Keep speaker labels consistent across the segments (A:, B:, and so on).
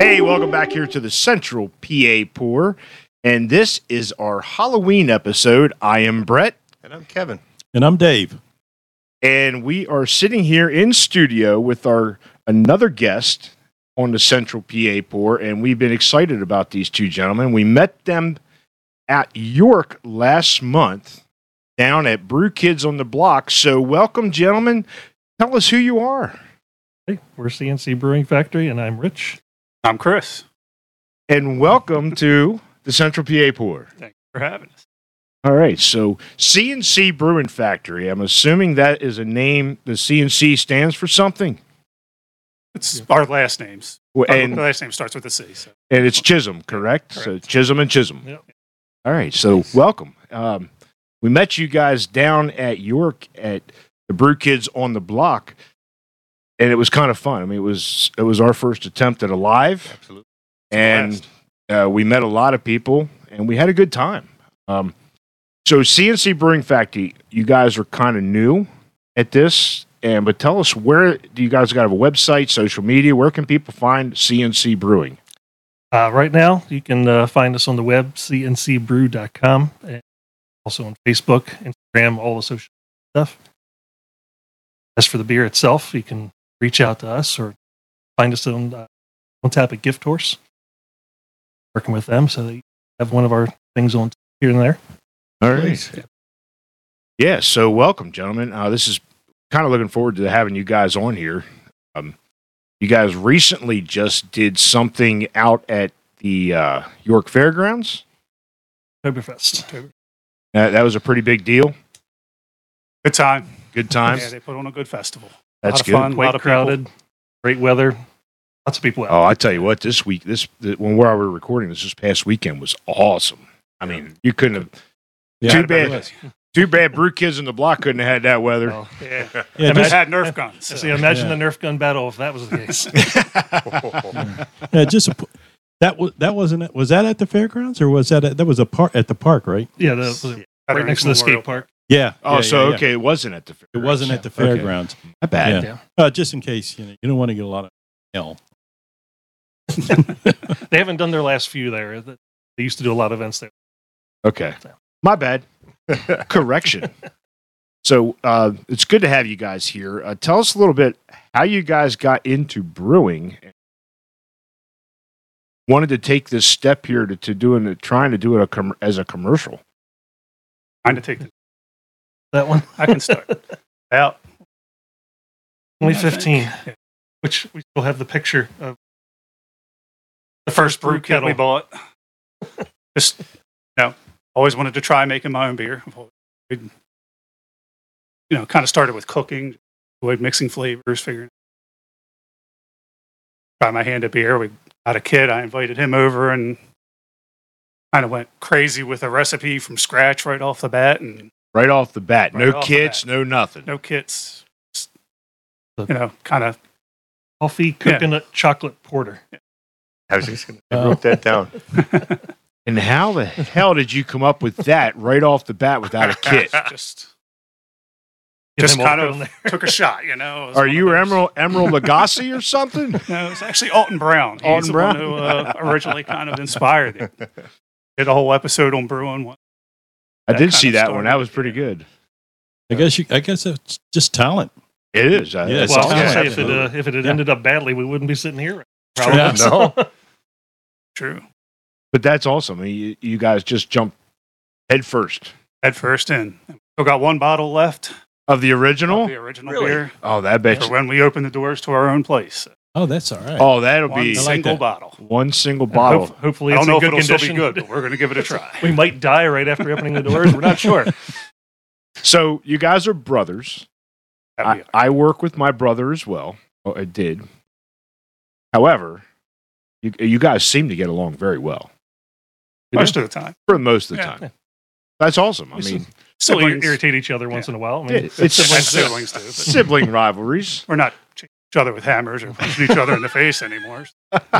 A: Hey, welcome back here to the Central PA Pour. And this is our Halloween episode. I am Brett,
B: And I'm Kevin.
C: And I'm Dave.
A: and we are sitting here in studio with our another guest on the Central PA Pour. And we've been excited about these two gentlemen. We met them at York last month down at Brew Kids on the Block. So, welcome, gentlemen. Tell us who you are.
D: Hey, we're CNC Brewing Factory, and I'm Rich.
E: I'm Chris.
A: And welcome to the Central PA Pour.
E: Thanks for having us.
A: All right. So CNC Brewing Factory. I'm assuming that is a name. The CNC stands for something,
E: It's our last names.
A: Well,
E: Our
A: and
E: last name starts with a C. So.
A: and it's Chisholm, correct? So
E: Correct.
A: Chisholm and Chisholm.
D: Yep.
A: All right. So welcome. Um, we met you guys down at York at the Brew Kids on the Block, and it was kind of fun. I mean, it was it was our first attempt at a live.
B: Absolutely.
A: and uh, we met a lot of people and we had a good time. Um, so CNC Brewing Factory, you guys are kind of new at this, and but tell us where do you guys got have a website, social media? Where can people find CNC Brewing?
D: Uh, right now, you can uh, find us on the web, cncbrew.com, and also on Facebook, Instagram, all the social stuff. As for the beer itself, you can reach out to us or find us on uh, on tap at Gift Horse. Working with them, so they have one of our things on here and there.
A: All
B: Please.
A: yeah. So welcome, gentlemen. Uh, this is kind of looking forward to having you guys on here. Um, you guys recently just did something out at the uh, York Fairgrounds.
D: Oktoberfest.
A: That, that was a pretty big deal.
E: Good time.
A: Good times.
E: Yeah, they put on a good festival.
A: That's
E: lot of
A: good.
E: fun. lot
D: Quite
E: of people.
D: crowded, great weather, lots of people out.
A: Oh, I tell you what, this week, this the, when we were recording this, this past weekend was awesome. I mean, you couldn't have.
C: Yeah.
A: too bad. Too bad. Brew kids in the block couldn't have had that weather.
D: Oh.
E: Yeah.
C: Yeah,
E: and they
C: just,
E: had Nerf guns.
D: So imagine
C: Yeah.
D: the Nerf gun battle if that was the case.
C: yeah, just a p- that was that wasn't it. Was that at the fairgrounds or was that at, that was a park at the park, right?
D: yeah, that was it. right next to the skate park.
C: Yeah.
A: oh,
C: yeah,
A: so
C: yeah, yeah.
A: okay, it wasn't at the. Fair.
C: It wasn't at the
A: Okay.
C: fairgrounds.
A: My bad.
C: Yeah. Uh, just in case you know, you don't want to get a lot of hell.
D: They haven't done their last few there. They used to do a lot of events there.
A: Okay, my bad. Correction. So uh, it's good to have you guys here. Uh, tell us a little bit how you guys got into brewing. Wanted to take this step here to, to doing it, trying to do it a com- as a commercial.
E: Trying to take the,
D: That one,
E: I can start. About
D: 2015, which we still have the picture of.
E: the first brew kit we bought. Just, no, always wanted to try making my own beer. We'd, you know, kind of started with cooking, avoid mixing flavors, figuring. Try my hand at beer. We got a kid. I invited him over and kind of went crazy with a recipe from scratch right off the bat, and
A: Right off the bat,
E: Right
A: no
E: off the
A: kids,
E: bat.
A: no nothing.
E: no kits. Just, you know, kind of
D: Coffee coconut chocolate porter.
B: I was just going to
C: Oh.
B: wrote that down.
A: And how the hell did you come up with that right off the bat without a kit?
E: just
D: Get
E: Just
D: them all
E: kind of-
D: down there.
E: took a shot. You know, It was
A: Are
E: one of
A: you
E: those-
A: Emerald Emerald Lagasse or something?
E: No, it's actually Alton Brown. He's
A: Alton
E: the
A: Brown.
E: one who uh, originally kind of inspired it. Did a whole episode on brewing. One.
A: I
E: That
A: did
E: kind
A: see
E: of
A: that
E: story.
A: one. That was pretty good.
C: I guess you. I guess it's just talent.
A: It is. I-
C: Yeah,
A: it's
D: Well, I
A: awesome.
D: was gonna
C: Yeah,
D: say if it, uh,
C: absolutely.
D: if it had
C: Yeah.
D: ended up badly, we wouldn't be sitting here.
C: Yeah.
B: No.
E: True.
A: But that's awesome. You, you guys just jumped head first
E: At first in. Still got one bottle left.
A: of the
E: of
A: original.
E: The original
B: Really?
E: beer
A: Oh, that bet.
E: for when we open the doors to our own place.
C: Oh, that's all right.
A: Oh, that'll
E: One
A: be
C: I like
E: single
C: that.
E: bottle.
A: one single
D: Hope,
A: bottle.
D: hopefully,
E: I
D: it's
E: don't know
D: in
E: if
D: good
E: it'll
D: condition.
E: still be good, but we're going to give it a try.
D: We might die right after opening the doors. We're not sure.
A: So you guys are brothers. I, I work with my brother as well. Oh, I did. However, you, you guys seem to get along very well
E: Most of the time.
A: for most of the
E: Yeah.
A: time. That's awesome. I
D: Yes.
A: mean,
D: Still
E: Siblings.
D: irritate each other once in a while. I mean,
A: it- it's
E: Siblings,
A: sibling,
E: siblings do. But
A: sibling rivalries.
E: we're not ch- each other with hammers or punching each other in the face anymore.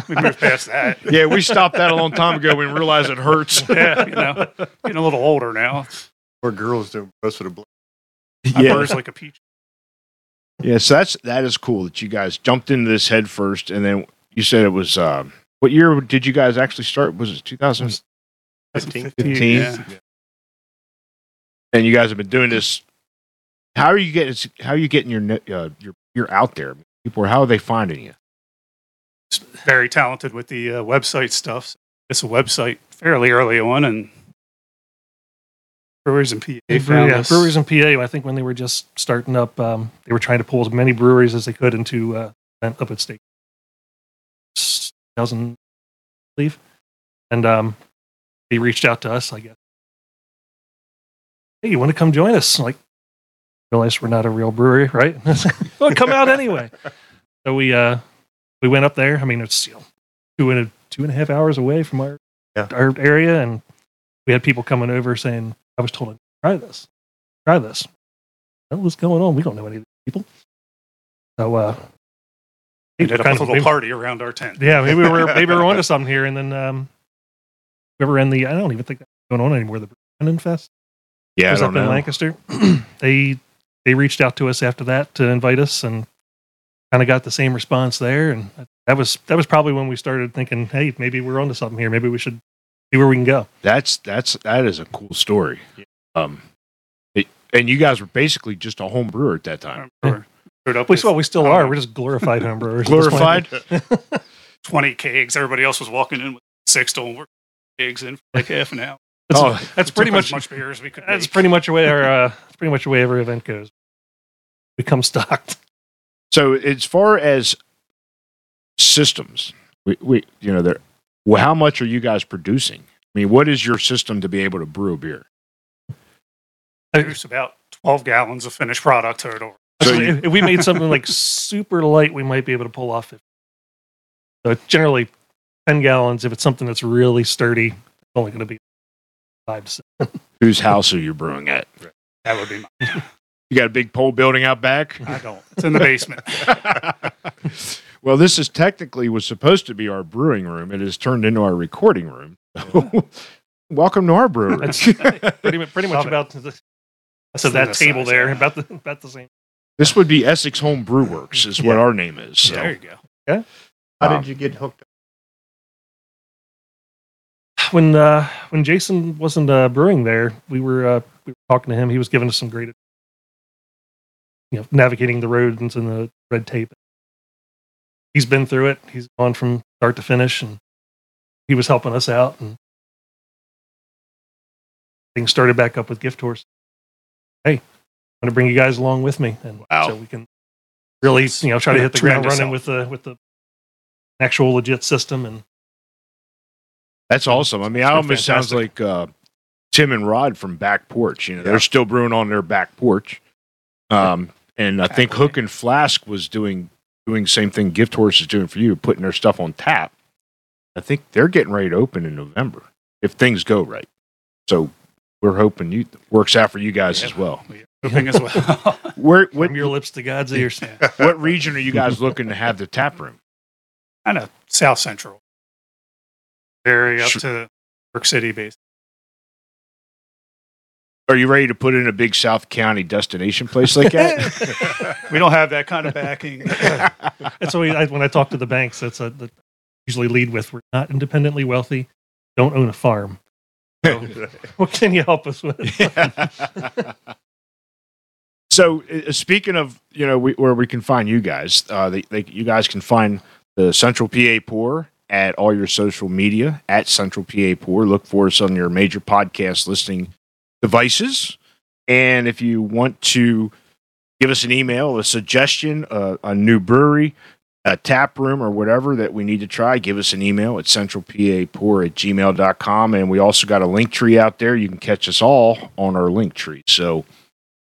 E: We moved past that.
A: Yeah, we stopped that a long time ago when we realized it hurts.
E: Yeah, you know, getting a little older now.
B: Poor girls don't most of the blame.
E: I
A: Yeah.
E: burst like a peach.
A: yeah, so that's that is cool that you guys jumped into this head first, and then you said it was um, What year did you guys actually start? Was it 2000?
B: 15.
A: 15.
E: Yeah.
A: And you guys have been doing this. How are you getting? How are you getting your net- uh, your you're out there? People, are- how are they finding you?
E: very talented with the uh, website stuff. So it's a website fairly early on, and Brewers and PA found
D: yeah,
E: us.
D: breweries in PA. I think when they were just starting up, um, they were trying to pull as many breweries as they could into uh, event up at state. Thousand, I believe, and um, they reached out to us. I guess. Hey, you want to come join us? I'm Like, realize we're not a real brewery, right? well, come out anyway. So we uh, we went up there. I mean, it's you know, two and a two and a half hours away from our
B: Yeah.
D: our area, and we had people coming over saying, "I was told to try this, try this." Well, what's going on? We don't know any of these people. So, uh,
E: We did a
D: kind of-
E: little party around our tent.
D: yeah, maybe we were maybe we we're onto something here. And then um, whoever in the I don't even think that's going on anymore. The Brandon Fest
A: Yeah,
D: was up in Lancaster. they they reached out to us after that to invite us, and kind of got the same response there. And that was that was probably when we started thinking, hey, maybe we're onto something here. Maybe we should see where we can go.
A: That's that's that is a cool story. Um, it, and you guys were basically just a home brewer at that time,
E: I'm sure. Showed up
D: We,
E: with
D: well, we still are. We're just glorified homebrewers. at this point.
A: glorified.
E: 20 kegs. Everybody else was walking in with six to work kegs in for like half an hour.
D: That's,
A: Oh,
D: that's
E: Took
D: pretty
E: as
D: much
E: much beer as we could.
D: That's
E: make.
D: pretty much the way our uh, that's pretty much the way every event goes. Become stocked.
A: So as far as systems, we, we you know there. Well, how much are you guys producing? I mean, what is your system to be able to brew beer?
E: There's about 12 gallons of finished product total.
A: So
D: So
A: you-
D: if, if we made something like super light, we might be able to pull off it. So it's generally ten gallons. If it's something that's really sturdy, it's only going to be five to six.
A: Whose house are you brewing at?
E: That would be mine.
A: You got a big pole building out back.
E: I don't. It's in the basement.
A: well, this is technically was supposed to be our brewing room. It has turned into our recording room. Welcome to our brewery.
D: That's pretty much pretty much about the, so that
E: Synthesizer.
D: table there about the about the same.
A: this would be Essex Home Brew Works, is what our name is. So.
E: There you go.
B: How
A: Um,
B: did you get hooked up?
D: When uh, when Jason wasn't uh, brewing there, we were uh, we were talking to him. He was giving us some great, you know, navigating the roads and some of the red tape. He's been through it. He's gone from start to finish, and he was helping us out. And things started back up with Gift Horse. Hey, I'm going to bring you guys along with me, and
A: Wow.
D: so we can really, you know, try to hit the ground
E: Tremendous
D: running with the with the actual legit system and.
A: That's awesome. I mean, I
D: They're
A: almost sounds like uh, Tim and Rod from Back Porch. You know, they're still brewing on their back porch. Um, and I think Hook and Flask was doing doing same thing Gift Horse is doing for you, putting their stuff on tap. I think they're getting ready to open in November if things go right. So we're hoping you works out for you guys as well.
E: Cooking as well.
A: Where what,
D: From your lips to God's ears.
A: what region are you guys looking to have the tap room?
E: kind of South Central. Very up
A: Sure.
E: to New York City base.
A: Are you ready to put in a big South County destination place like that?
E: We don't have that kind of backing.
D: That's always I, when I talk to the banks. That's a, that I usually lead with. We're not independently wealthy. Don't own a farm. What can you help us with?
A: so uh, speaking of you know we, where we can find you guys uh, they, they, you guys can find the central pa pour at all your social media at central pa pour look for us on your major podcast listening devices and if you want to give us an email a suggestion uh, a new brewery a tap room or whatever that we need to try, give us an email at centralpapour at gmail.com. And we also got a link tree out there. You can catch us all on our link tree. So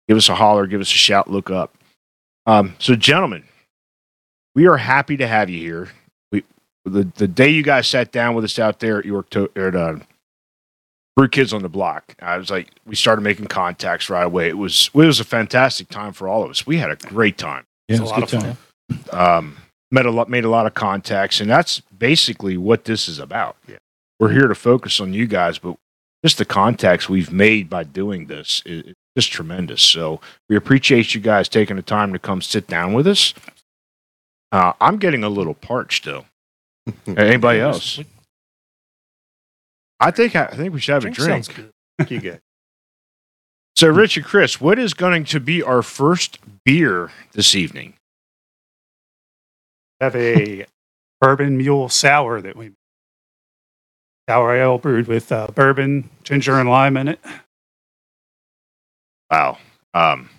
A: give us a holler, give us a shout, look up. Um, so, gentlemen, we are happy to have you here. We, the, the day you guys sat down with us out there at York, to, or at, uh, Brew Kids on the Block, I was like, we started making contacts right away. It was, it was a fantastic time for all of us. We had a great time
C: Yeah,
E: It's a lot of fun.
A: um, met a lot, made a lot of contacts, and that's basically what this is about.
B: Yeah.
A: We're here to focus on you guys, but just the contacts we've made by doing this is, is just tremendous. So we appreciate you guys taking the time to come sit down with us. Uh, I'm getting a little parched though. Anybody else? I think I, think we should have a drink.
D: sounds good.
B: you get.
A: So, Richard, Chris, what is going to be our first beer this evening?
E: have a bourbon mule sour that we sour ale brewed with uh, bourbon, ginger, and lime in it.
A: Wow. Um,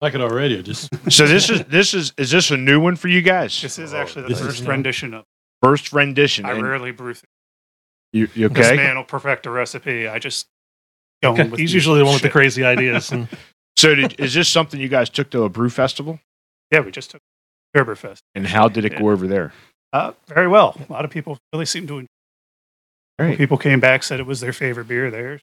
C: Like it already. I Just
A: so this is this is is this a new one for you guys?
E: This
D: Oh,
E: is actually the
C: This is
E: first
C: new.
E: rendition of.
A: First rendition.
E: I
A: And
E: rarely brew. Things.
A: you, you
E: This
A: okay?
E: man will perfect a recipe. I just going
D: Okay,
E: with
D: He's
E: these
D: usually the one with the
E: shit.
D: crazy ideas. And
A: So, did, is this something you guys took to a brew festival?
E: Yeah, we just took Oktoberfest.
A: And how did it go over there?
E: Uh, very well. A lot of people really seem to enjoy.
A: Great.
E: it. People came back said it was their favorite beer there.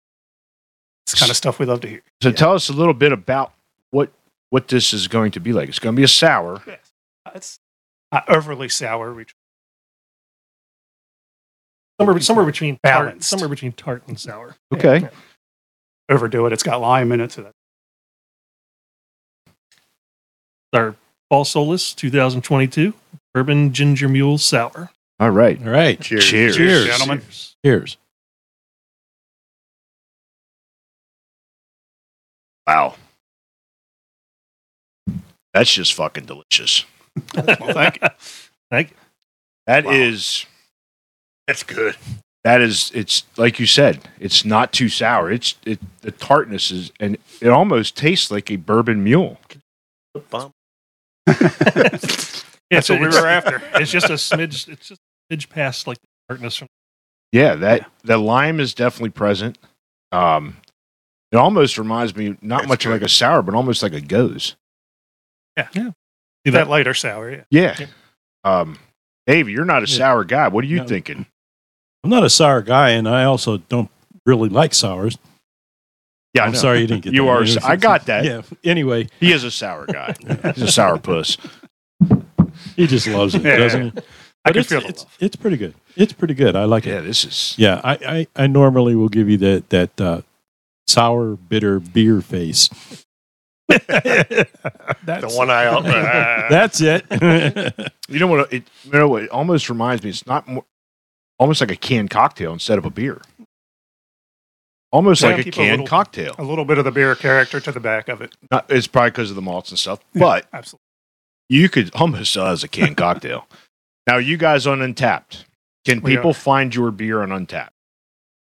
E: It's kind of stuff we love to hear.
A: So, tell us a little bit about what what this is going to be like. It's going to be a sour.
E: Uh, It's not overly sour. We
D: somewhere, somewhere between tart,
E: Balanced.
D: somewhere between tart and sour.
A: Okay.
E: overdo it. It's got lime in it, so that
D: Our Paul Solis 2022 Bourbon Ginger Mule Sour.
A: All right.
C: all right.
B: Cheers.
A: Cheers.
C: Cheers.
E: gentlemen.
C: Cheers.
A: Wow. That's just fucking delicious.
E: Well, thank
D: you. Thank you.
A: That is
B: Wow. That's good.
A: that is it's like you said, it's not too sour. It's it the tartness is and it almost tastes like a bourbon mule.
E: That's what we
D: it's-
E: were after.
D: It's just a smidge. It's just a smidge past like the tartness from.
A: Yeah, that the lime is definitely present. Um it almost reminds me not
B: That's
A: much
B: good.
A: like a sour, but almost like a goes.
E: Do that lighter sour, yeah.
A: Yeah.
D: Yep.
A: Um Dave, you're not a
C: Yeah.
A: sour guy. What are you
C: No.
A: thinking?
C: I'm not a sour guy, and I also don't really like sours.
A: Yeah, I
C: I'm
A: know.
C: sorry you didn't get
A: You
C: that.
A: are.
C: It was-
A: I got that.
C: Yeah. Anyway,
A: He is a sour guy. He's a sour puss.
C: he just loves it,
E: Yeah.
C: doesn't he?
E: I
C: But
E: can
C: it's,
E: feel the
C: it's,
E: love.
C: it's pretty good. It's pretty good. I like it.
A: Yeah, this is
C: Yeah, I, I, I normally will give you that that uh, sour bitter beer face. that's,
B: The one eye out.
C: that's it.
A: You know what? It, you know what? It almost reminds me. It's not more, almost like a canned cocktail instead of a beer. Almost
E: Yeah,
A: like a
E: keep a
A: canned
E: little- Oh.
A: cocktail.
E: A little bit of the beer character to the back of it.
A: Not, it's probably because of the malts and stuff, but
E: Absolutely.
A: you could almost sell it as a canned cocktail. Now, you guys on Untapped, can
E: We
A: people find your beer on Untapped?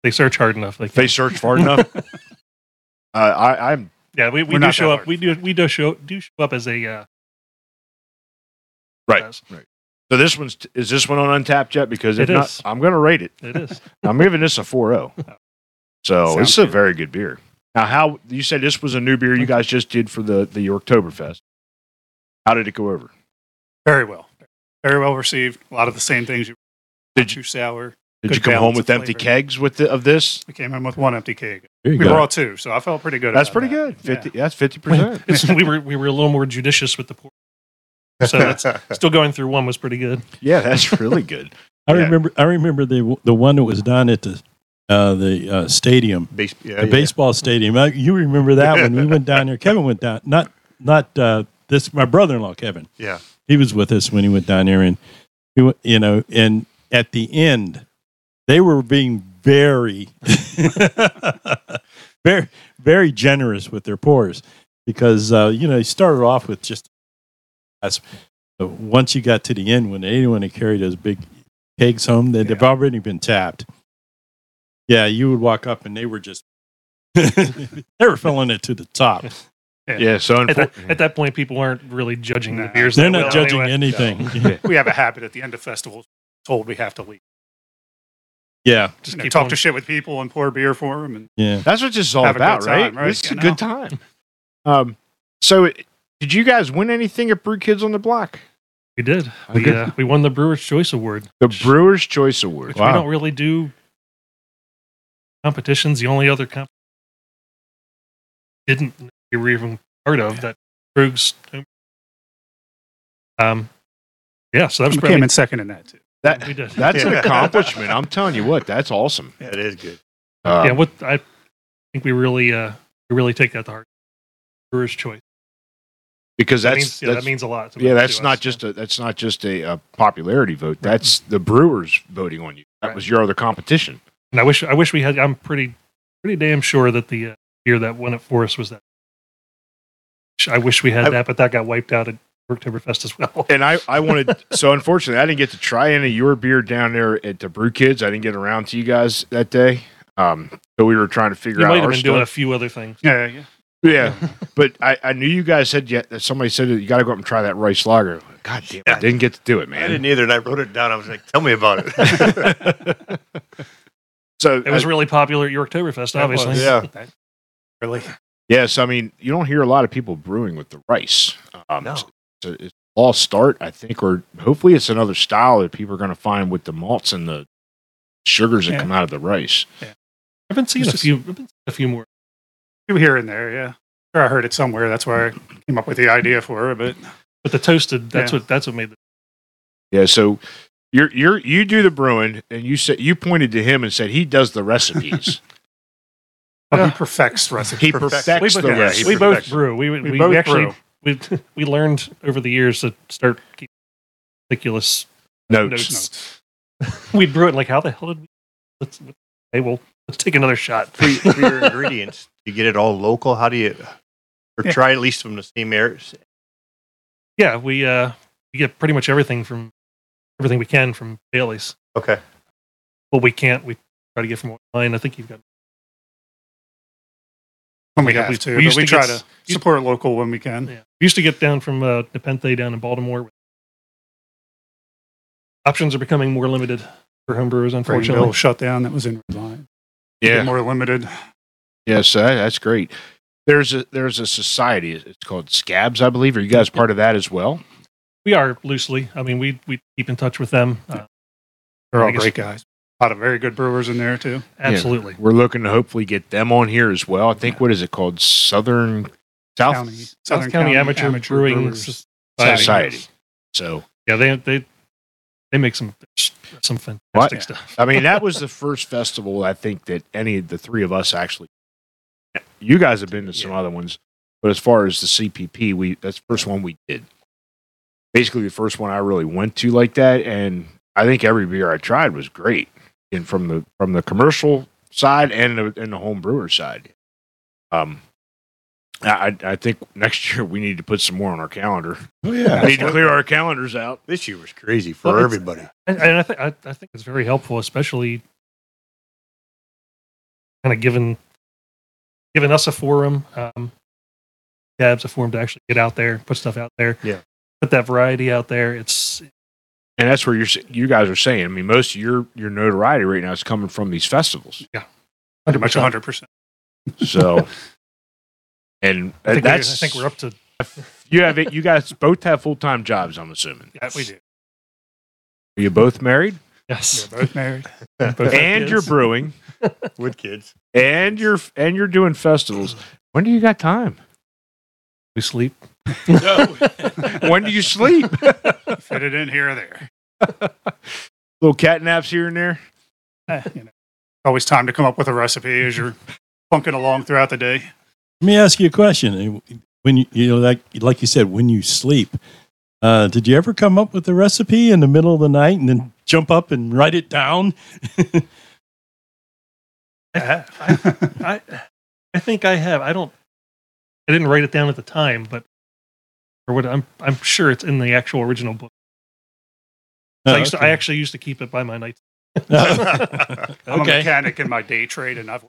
D: They search hard enough. They
A: If they
D: can.
A: search far enough, uh, I, I'm
D: Yeah, we, we
E: We're
D: do
E: not
D: show
E: that
D: up.
E: hard.
D: We do we do show do show up as a uh,
A: Right.
D: as-
A: so this one's is this one on Untapped yet? Because if
D: It
A: not,
D: is.
A: I'm going to rate it.
D: It is.
A: I'm giving this a 4.0. So
E: Sounds
A: this is a
E: good.
A: very good beer. Now, how you said this was a new beer you guys just did for the the Oktoberfest? How did it go over?
E: Very well. Very well received. A lot of the same things you
A: Did
E: too sour.
A: Did
E: Good
A: you come home
E: balance
A: with
E: of
A: empty
E: flavor.
A: kegs with the, of this?
E: We came in with one empty keg.
C: There you
E: We
C: go.
E: brought two, so I felt pretty good.
A: That's
E: about
A: pretty
E: that.
A: good. Fifty. That's fifty percent.
D: It's- we were we were a little more judicious with the pour. So that's still going through one was pretty good.
A: Yeah, that's really good.
C: I
A: Yeah.
C: remember. I remember the the one that was down at the uh, the uh, stadium,
B: Base, yeah,
C: the
B: yeah.
C: baseball stadium. I, you remember that one? We went down there. Kevin went down. Not not uh, this. My brother in law, Kevin.
B: Yeah.
C: he was with us when he went down there, and he, went- you know, and at the end, they were being very, very, very generous with their pours because uh, you know he started off with just. That's, but once you got to the end, when anyone had carried those big kegs home, they'd have already been tapped. Yeah, you would walk up, and they were just. they were filling it to the top.
E: Yeah.
A: Yeah. So
D: At that,
A: unfor-
D: at that point, people aren't really judging the
E: Nah.
D: beers.
C: They're
D: that
C: not
D: well
C: judging
D: anyway.
C: anything.
E: We have a habit at the end of festivals, told we have to leave.
C: yeah,
E: Just
D: Just
E: you know,
D: keep
E: talk
D: on-
E: to shit with people and pour beer for them. And
C: yeah.
A: that's what this is all
E: Have a good
A: about, right?
E: time, right?
A: This is a
E: You know.
A: good time. Um. So, it, did you guys win anything at Brew Kids on the Block?
D: We did.
A: I
D: We
A: did.
D: uh, we won the Brewer's Choice Award,
A: The Brewers' Choice
D: which
A: Award.
D: we
C: Wow.
D: don't really do competitions. The only other comp didn't know we were even part of that Krug's. Um, yeah. So that was
E: we
D: pretty.
E: came in second in that too.
A: That
D: We did.
A: that's an
B: Yeah.
A: accomplishment. I'm telling you what. That's awesome.
B: Yeah, it is good.
A: Uh,
D: yeah, what I think we really uh we really take that to heart. Brewer's choice.
A: because
D: That
A: that's
D: means, yeah,
A: that's,
D: that means a lot. to
A: yeah,
D: us,
A: that's
D: to
A: not
D: us,
A: just
D: yeah.
A: a that's not just a, uh popularity vote. That's the Brewers voting on you. That
D: Right.
A: was your other competition.
D: And I wish I wish we had. I'm pretty pretty damn sure that the uh, year that won it for us was that. I wish we had
A: I-
D: that, but that got wiped out at Oktoberfest as well.
A: And I, I wanted so unfortunately I didn't get to try any of your beer down there at the Brew Kids. I didn't get around to you guys that day. Um, so we were trying to figure
D: You
A: out
D: might have
A: our
D: been
A: stuff.
D: doing a few other things.
E: Yeah, yeah.
A: Yeah, but I, I knew you guys said yeah, that somebody said that you got to go up and try that rice lager. God damn, it, I didn't get to do it,
B: I
A: man.
B: didn't either, and I wrote it down. I was like, "Tell me about it."
A: So
D: It was
A: uh,
D: really popular at Yorktoberfest, obviously.
B: was, yeah.
E: That- really.
A: yeah. So I mean, you don't hear a lot of people brewing with the rice. Um,
B: No.
A: it's, it's a- it's a false start, I think, or hopefully it's another style that people are going to find with the malts and the sugars that
E: Yeah.
A: come out of the rice.
D: I've been seeing
E: It's
D: a
E: just-
D: few. I've been seeing a few more.
E: You here and there, yeah. Sure, I heard it somewhere. That's where I came up with the idea for it. But
D: But the toasted. That's
E: Yeah.
D: what. That's what made the.
A: Yeah. So you're you're you do the brewing, and you said you pointed to him and said he does the recipes.
E: oh,
B: Yeah.
E: he perfects recipes.
A: he
B: Perfect.
A: perfects
D: We-
A: the
E: yeah, he
A: recipe.
D: we both
B: perfection.
D: brew. We we,
E: We
D: we
E: both
D: actually
E: brew.
D: we we learned over the years to start keeping ridiculous
A: notes.
D: notes. We'd brew it and like how the hell did we? Let's hey, well, let's take another shot.
B: for, y- for your ingredients, do you get it all local? How do you, or
E: Yeah.
B: try at least from the same area?
D: Yeah, we uh we get pretty much everything from everything we can from Bailey's.
B: Okay.
D: What we can't, we try to get from online. I think you've got.
E: When we
D: Yeah,
E: have
D: we-
E: to,
D: we
E: but we,
D: used to
E: try
D: get
E: to
D: s- used-
E: support local when we can.
D: Yeah. We used to get down from uh, Nepenthe down in Baltimore. Options are becoming more limited for homebrewers,
E: Unfortunately,
D: unfortunately.
E: shut down that was in Red Line.
A: Yeah.
E: more limited.
A: Yes, that, that's great. There's a there's a society. It's called Scabs, I believe. Are you guys part of that as well?
D: We are loosely. I mean, we we keep in touch with them. Uh,
E: They're
D: I
E: all
D: guess-
E: great guys. A lot of very good brewers in there too.
D: absolutely.
A: We're looking to hopefully get them on here as well. I think what is it called? Southern South
E: County,
D: South
E: Southern
D: County, Amateur, Brewing
E: Brewers
D: Soc-
A: Society.
D: Society.
A: So
D: Yeah, they they they make some some fantastic
A: What?
D: stuff.
A: I mean, that was the first festival I think that any of the three of us actually. You guys have been to some other ones, but as far as the CPP, we that's the first one we did. Basically, the first one I really went to like that, and I think every beer I tried was great, and from the from the commercial side and the, and the home brewer side. Um, I I I think next year we need to put some more on our calendar.
C: Oh
A: We
C: yeah.
A: need to clear our calendars out.
B: This year was crazy for
D: Well, it's-
B: everybody.
D: And, and I think I I think it's very helpful, especially kind of given giving us a forum, um, Gabs a forum to actually get out there, put stuff out there,
B: Yeah.
D: put that variety out there. It's
A: and that's where you're s- you guys are saying. I mean, most of your your notoriety right now is coming from these festivals.
E: pretty much
A: Uh,
E: 100. percent
A: So, and uh,
D: I think,
A: that's
D: we, I think we're up to
A: You have it. You guys both have full time jobs. I'm assuming.
E: Yeah, we do.
A: Are you both married?
D: yes.
E: We're both married.
D: Both have
A: and
D: kids.
A: you're brewing,
B: With kids,
A: and you're and you're doing festivals. When do you got time?
D: we sleep.
A: When do you sleep?
E: Fit it in here or there.
A: Little cat naps here and there.
E: Eh, you know, always time to come up with a recipe as you're funking along throughout the day.
C: Let me ask you a question. Eh, When you, you know, like like you said, when you sleep, uh, did you ever come up with a recipe in the middle of the night and then jump up and write it down?
D: I, I, I think I have. I don't. I didn't write it down at the time, but or what I'm I'm sure it's in the actual original book. So
A: Oh,
D: I, used to, I actually used to keep it by my night.
B: actually-
E: I'm a
C: okay.
E: mechanic in my day trade, and I've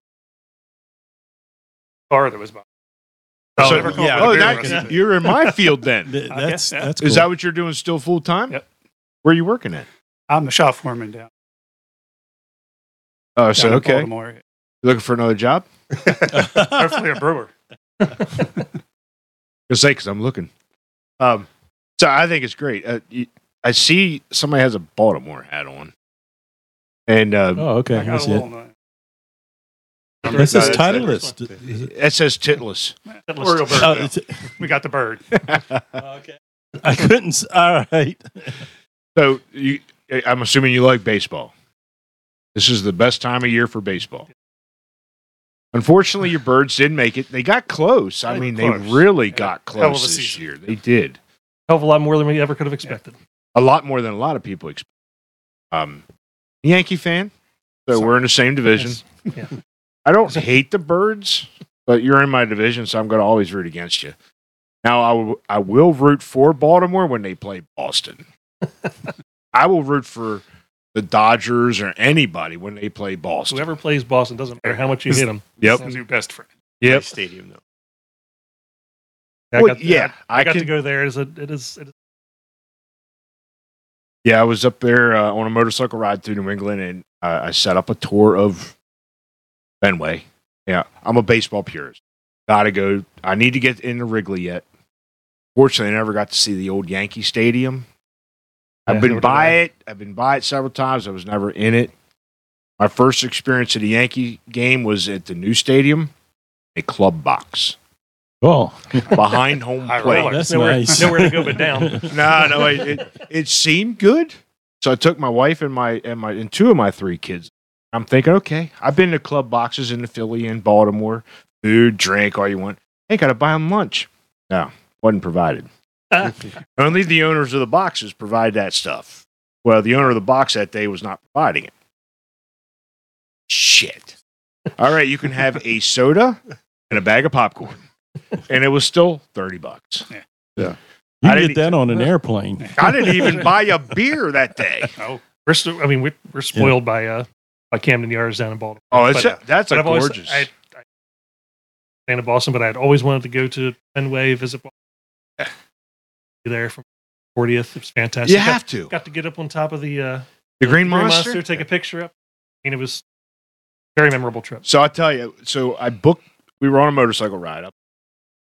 E: car that was by.
D: Oh,
E: So- never come
C: yeah.
E: up
A: Oh,
E: with a beer
A: that,
E: recipe.
A: you're in my field then.
C: Th-
E: I
C: that's
E: guess, yeah.
C: that's
A: Is
C: cool.
A: that what you're doing still full time?
E: Yep.
A: Where are you working at?
E: I'm the shop foreman down.
A: Oh, so
E: down in
A: okay.
E: Baltimore.
A: Looking for another job?
E: Hopefully a brewer.
A: Just say because I'm looking. Um, so I think it's great. Uh, you, I see somebody has a Baltimore hat on, and uh,
C: oh, okay.
E: I got
C: That's
E: a
C: it.
E: little uh, nut.
C: This
B: No,
C: is
B: that's-
C: titleless.
D: that's-
C: Is it-
A: it says titless.
D: That
E: Or a
D: list.
E: bird.
C: Oh, it's-
E: We got the bird.
C: I couldn't. s- All right.
A: so you, I- I'm assuming you like baseball. This is the best time of year for baseball. Unfortunately, your birds did make it. They got close. I
E: They
A: mean,
E: were
A: they
E: close.
A: really
E: Yeah.
A: got
E: Hell of a
A: close this
E: season.
A: year. They did
D: Hell of a lot more than we ever could have expected.
A: a lot more than a lot of people expect. Um, Yankee fan, so
E: Sorry.
A: we're in the same division.
D: Yes. Yeah.
A: I don't hate the birds, but you're in my division, so I'm going to always root against you. Now, I will- I will root for Baltimore when they play Boston. I will root for the Dodgers or anybody when they play Boston.
D: Whoever plays Boston doesn't matter how much you hit them.
A: Yep.
E: New best friend.
A: Yep.
B: Nice stadium though.
A: Well, yeah,
D: I,
A: I,
D: got
A: can,
D: to go there. It is, a, it is. It is
A: Yeah, I was up there uh, on a motorcycle ride through New England, and uh, I set up a tour of Fenway. Yeah, I'm a baseball purist. Gotta go. I need to get into Wrigley yet. Fortunately, I never got to see the old Yankee Stadium. I've
D: Yeah,
A: been
D: nor did
A: by
D: I.
A: it. I've been by it several times. I was never in it. My first experience at a Yankee game was at the new stadium, a club box
C: Oh,
A: behind home
E: High
A: plate.
E: roller.
C: that's
D: nowhere-
C: nice.
D: nowhere to go but down.
A: No, no, it, it, it seemed good. So I took my wife and my and my and two of my three kids. I'm thinking, okay, I've been to club boxes in the Philly and Baltimore, food, drink, all you want. Hey, gotta buy them lunch. No, wasn't provided. Only the owners of the boxes provide that stuff. Well, the owner of the box that day was not providing it. Shit. All right, you can have a soda and a bag of popcorn. And it was still 30 bucks.
C: You
A: I
C: can
A: didn't
C: get that on
D: e-,
C: an airplane.
A: I didn't even buy a beer that day.
E: Oh,
D: we're still, I mean, we're, we're spoiled by uh by Camden Yards down in Baltimore.
A: Oh, it's
D: But-
A: a, that's a
D: I've always-
A: gorgeous.
D: I, I fan of Boston, but I'd always wanted to go to Fenway, visit Boston. Be there from 40th. It's fantastic.
A: you
D: got,
A: have to.
D: got to get up on top of the, uh,
A: The Green
D: Green
A: Monster.
D: take a picture up. I mean, it was a very memorable trip.
A: So I tell you, so I booked. We were on a motorcycle ride up,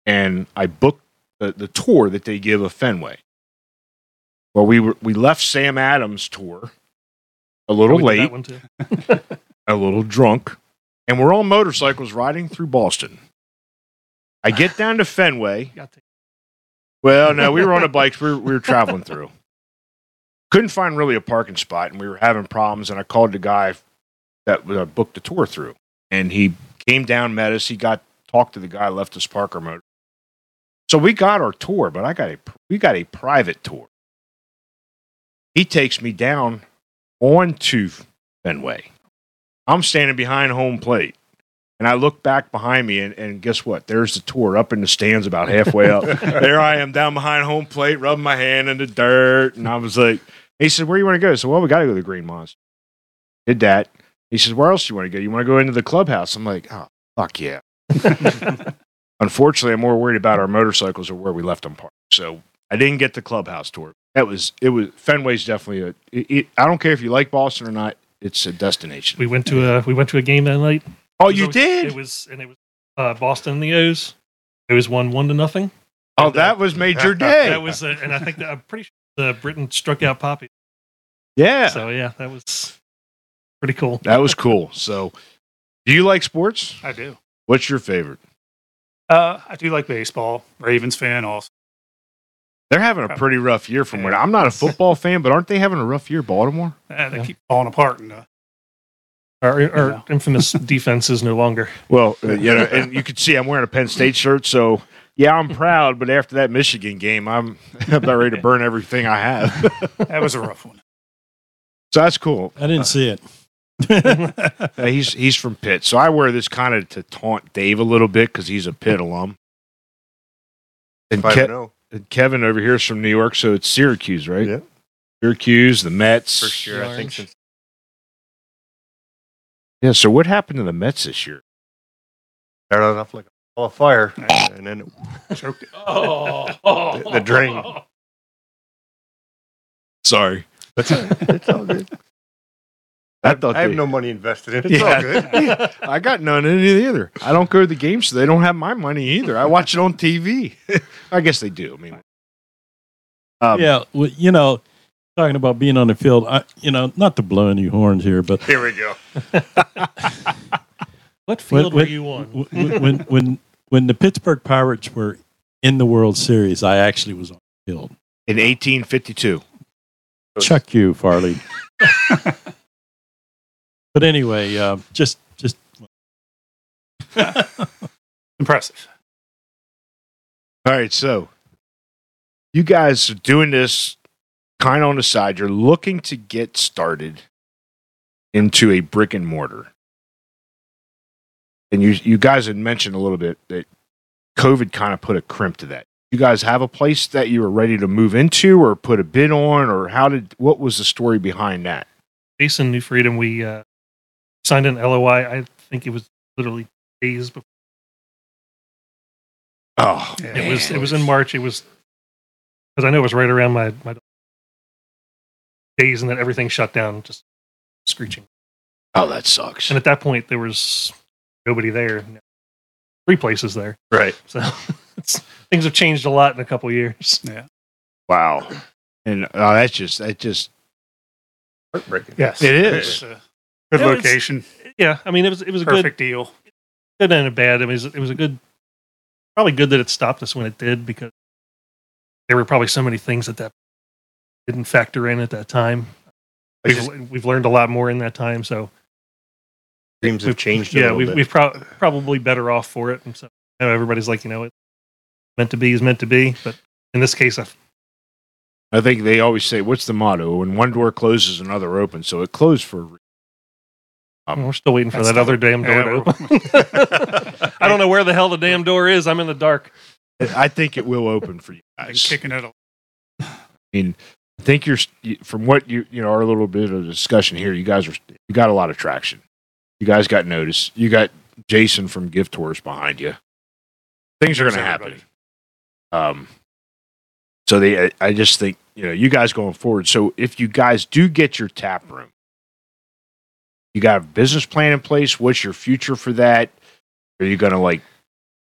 A: and I booked the, the tour that they give of Fenway. Well, we were, we left Sam Adams tour a little
D: Oh, We
A: late,
D: did That one too.
A: a little drunk, and we're on motorcycles riding through Boston. I get down to Fenway.
D: Got to-
A: Well, no, we were on the bikes. We were, we were traveling through. Couldn't find really a parking spot, and we were having problems. And I called the guy that uh, booked the tour through, and he came down, met us. He got talked to the guy, left us parker mode. So we got our tour, but I got a we got a private tour. He takes me down onto Fenway. I'm standing behind home plate. And I look back behind me, and, and guess what? There's the tour up in the stands about halfway up. there I am down behind home plate, rubbing my hand in the dirt. And I was like, he said, Where you want to go? I said, Well, we got to go to the Green Monster. Did that. He says, Where else do you want to go? You want to go into the clubhouse? I'm like, Oh, fuck yeah. Unfortunately, I'm more worried about our motorcycles or where we left them parked. So I didn't get the clubhouse tour. That was, it was, Fenway's definitely a, it, it, I don't care if you like Boston or not, it's a destination.
D: we went to a we went to a game that night.
A: oh,
D: It was
A: you
D: always-
A: did?
D: It was and it was uh, Boston and the O's. It was one one to nothing.
A: oh, that was Major Day.
D: That was uh, and I think that I'm pretty sure the Britain struck out Poppy.
A: yeah.
D: So yeah, that was pretty cool.
A: That was cool. So, do you like sports?
E: I do.
A: What's your favorite?
E: Uh, I do like baseball. Ravens fan also.
A: They're having a pretty rough year from what I'm not a football fan, but aren't they having a rough year, Baltimore?
E: Uh, they
D: Yeah.
E: keep falling apart. And, uh,
D: Our, our
E: Yeah.
D: infamous defense is no longer.
A: Well, uh, you know, and you can see I'm wearing a Penn State shirt, so yeah, I'm proud. But after that Michigan game, I'm I'm about ready to burn everything I have.
E: that was a rough one.
A: So that's cool.
C: I didn't see it.
A: Uh, he's he's from Pitt, so I wear this kind of to taunt Dave a little bit because he's a Pitt alum. And
B: Five
A: Ke-
B: and oh,
A: and Kevin over here is from New York, so it's Syracuse, right?
B: Yeah.
A: Syracuse, the Mets.
B: for sure. I think since
A: Yeah. So what happened to the Mets this year?
B: started off like a ball of fire, and then it
E: Choked it.
D: Oh,
B: The- the drain.
A: Sorry.
B: That's it's all good.
A: I
B: I,
A: thought
B: I have
A: they-
B: no money invested in it. It's
A: Yeah.
B: all good.
A: I got none in it either. I don't go to the games, so they don't have my money either. I watch it on TV. I guess they do. I mean,
D: Uh,
A: um,
C: yeah, well, you know, talking about being on the field, I, you know, not to blow any horns here, but
B: Here we go.
D: What
C: When-
D: field were
C: when-
D: you on?
C: w- w- when when when the Pittsburgh Pirates were in the World Series, I actually was on the field.
A: in 1852.
C: Chuck you, Farley. but anyway, uh, just just
E: Impressive.
A: All right, so you guys are doing this kind of on the side. You're looking to get started into a brick and mortar. And you you guys had mentioned a little bit that COVID kind of put a crimp to that. You guys have a place that you were ready to move into or put a bid on or how did what was the story behind that?
D: Jason New Freedom, we uh, signed an LOI. I think it was literally days before.
A: Oh,
D: It was it was in March. It was because I know it was right around my my days, and then everything shut down, just screeching.
A: Oh, that sucks.
D: And at that point, there was nobody there. Three places there,
B: Right.
D: so it's, things have changed a lot in a couple years.
A: Wow. And oh, that's just that just
B: Heartbreaking.
E: Yes.
A: It is.
E: It's a Good
D: Yeah, it's-
E: location.
D: Yeah, I mean it was it was a good
E: Perfect deal.
D: good and a bad. I mean, it was, it was a good, probably good that it stopped us when it did because there were probably so many things that that didn't factor in at that time.
B: I
D: We've,
B: just-
D: we've learned a lot more in that time, so
B: Dreams have changed. A
D: yeah,
B: little
D: we've,
B: bit.
D: we've prob- probably better off for it. And so you know, everybody's like, you know, what meant to be is meant to be, but in this case, I f-
A: I think they always say, "What's the motto?" When one door closes, another opens. So it closed for. a re-
D: we're still waiting for
E: That's
D: that other damn door
E: yeah,
D: to
E: we're-
D: open. I don't know where the hell the damn door is. I'm in the dark.
A: I think it will open for you
E: Been
A: guys.
E: kicking it. a-
A: I think you're from what you you know our little bit of discussion here. You guys are you got a lot of traction. You guys got notice. You got Jason from Gift Tours behind you. Things are going to
E: Thanks,
A: happen. Um, so they, I- I just think you know you guys going forward. So if you guys do get your tap room, you got a business plan in place. What's your future for that? Are you going to like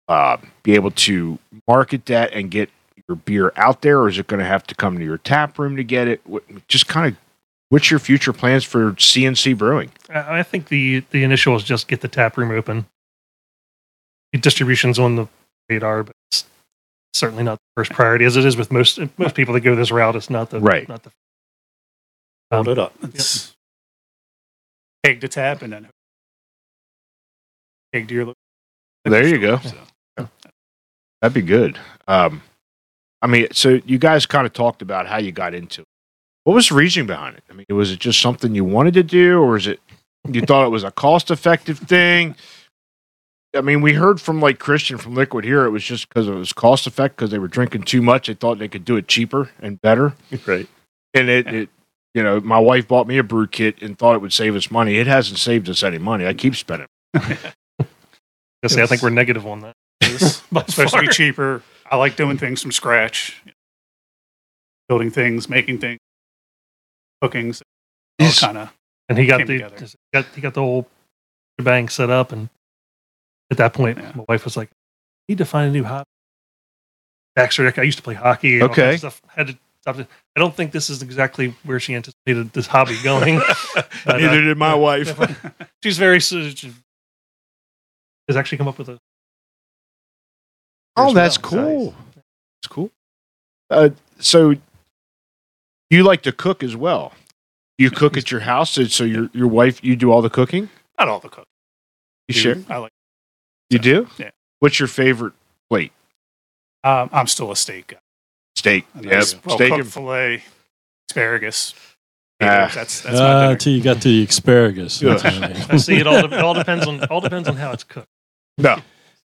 A: uh, be able to market that and get your beer out there, or is it going to have to come to your tap room to get it? What, just kind of, what's your future plans for CNC Brewing?
D: I I think the the initial is just get the tap room open. The distribution's on the radar, but it's certainly not the first priority, as it is with most most people that go this route. It's not the
A: Right.
D: Not the
B: Hold it up.
E: It's Peg to tap and then peg to your. lo-
A: There you go.
E: So,
A: That'd be good. Um, I mean, so you guys kind of talked about how you got into it. What was the reasoning behind it? I mean, was it just something you wanted to do, or is it you thought it was a cost effective thing? I mean, we heard from like Christian from Liquid here, it was just because it was cost effective because they were drinking too much. They thought they could do it cheaper and better.
B: Right.
A: and it, it you know my wife bought me a brew kit and thought it would save us money it hasn't saved us any money i keep spending
D: I say I think we're negative on that.
E: it's
D: By
E: supposed to
D: far.
E: be cheaper. I like doing things from scratch, building things, making things, cookings, all
A: Yes.
E: kind of.
D: And he got
E: Came
D: the
E: together.
D: just got he got the whole shebang set up, and at that point,
E: Yeah.
D: my wife was like, "Need to find a new hobby." Baxter, I used to play hockey. and all
A: Okay.
D: kinds of stuff. Had to stop it. I don't think this is exactly where she anticipated this hobby going. but, uh,
A: did my wife
D: she's very su- she has actually come up with a
A: oh that's cool that's cool uh, so you like to cook as well you cook at your house so- so your, your wife you do all the cooking
E: Not all the cook.
A: you share
E: I like.
A: you do
E: Yeah.
A: what's your favorite
E: Um, I'm still a steak guy.
A: steak
E: A
A: yep.
E: nice
A: steak
E: well-cooked
A: and-
E: fillet, asparagus.
A: Ah.
E: that's that's my
C: Uh,
E: dinner.
C: until you got to the asparagus.
A: Yeah.
D: I see it all it all depends on all depends on how it's cooked.
A: no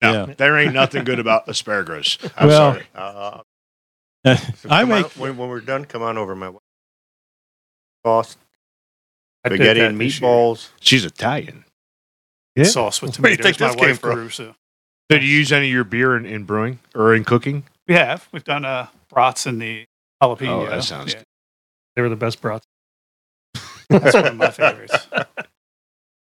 A: no
C: Yeah.
A: there ain't nothing good about asparagus i'm
C: Well,
A: sorry
B: Uh, so
C: I
B: come on-
C: make
B: when, when we're done, come on over, my wife. Cost
E: I did
B: spaghetti
E: that
B: and
E: this year.
B: meatballs.
A: she's italian
E: The sauce with
B: Where do you
E: tomatoes.
B: think
E: my
B: this came
E: wife
B: from?
E: grew, so.
A: so do you use any of your beer in, in brewing or in cooking
E: We have. We've done uh, brats and the
A: Oh,
E: jalapeno.
A: that sounds
E: Yeah,
D: They were the best brats.
E: that's one of my favorites.
A: Let's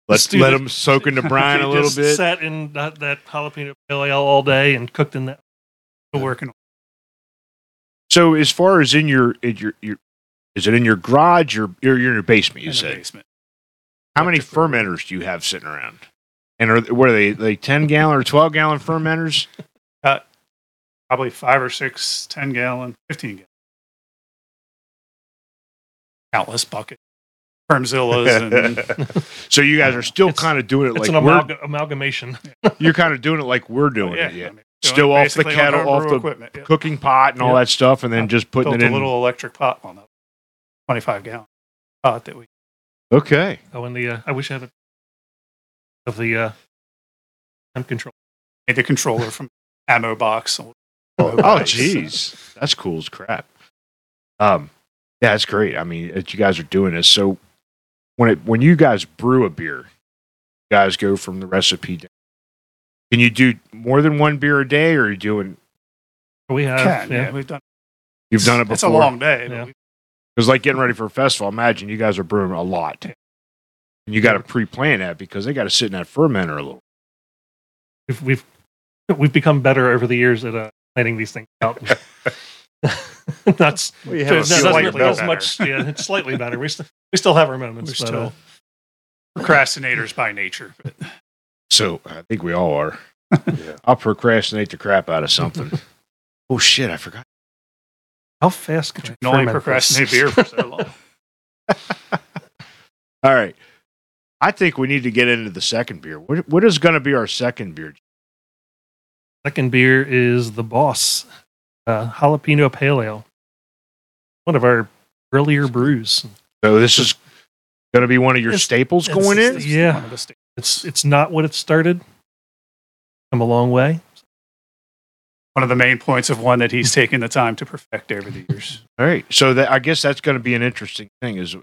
D: Let's do
A: let
D: this.
A: them soak in the brine
D: They
A: a little
D: just
A: bit.
D: Sat in that, that jalapeno pale ale all day and cooked in that.
E: Still working. on
A: So, as far as in your in your, your is it in your garage or you're, in your basement?
E: it
A: You
E: in the
A: said.
E: basement.
A: How many fermenters do you have sitting around? And are what are they? They ten gallon or twelve gallon fermenters?
E: Probably five or six, 10 gallon, 15 gallon. Countless bucket. Firmzillas and
A: so you guys are still
D: It's-
A: kind of doing it like
D: it's an
A: we're,
D: amalga- amalgamation.
A: you're kind of doing it like we're doing it. Yeah.
E: I mean,
A: Still off the
E: basically on
A: kettle,
E: home
A: off
E: brew
A: the
E: equipment. yeah.
A: Cooking pot and all
E: Yeah.
A: that stuff, and then just putting
E: Built
A: it
E: a
A: in.
E: little electric pot on that, twenty-five gallon pot that we
A: okay.
D: Oh, and the uh, I wish I had a of the uh, temp control.
E: made the controller from ammo box. Oh,
A: Oh, jeez, that's cool as crap. Um, yeah, that's great. I mean, that you guys are doing this. So when it when you guys brew a beer, you guys go from the recipe. Down. Can you do more than one beer a day, or are you doing?
D: We have
E: Can,
D: yeah.
E: yeah, we've done.
A: You've done it before.
E: It's a long day. but
D: Yeah.
E: we-
A: Because like getting ready for a festival, imagine you guys are brewing a lot, and you got to pre-plan that because they got to sit in that fermenter a little.
D: We've, we've we've become better over the years at uh, planning these things out. That's
B: Well, you
D: no,
B: have a
E: feel like
D: that's
B: few
D: slightly
B: under your
D: as
E: that's
B: belt.
D: much. Yeah, it's slightly better. We still we still have our
E: We're
D: moments. but, uh,
E: still procrastinators by nature. but
A: So I think we all are. I'll procrastinate the crap out of something. oh shit, I forgot.
D: how fast could you
E: You can only
D: ferment this?
E: procrastinate beer for so long.
A: All right. I think we need to get into the second beer. What, what is going to be our second beer?
D: Second beer is the Boss uh, Jalapeno Pale Ale, one of our earlier brews.
A: So this is going to be one of your
D: It's-
A: staples
D: it's-
A: going in.
E: It's
D: Yeah.
E: one of the sta-
D: It's it's not what it started. Come a long way.
E: One of the main points of one that he's taken the time to perfect over the years.
A: All right. So that I guess that's going to be an interesting thing is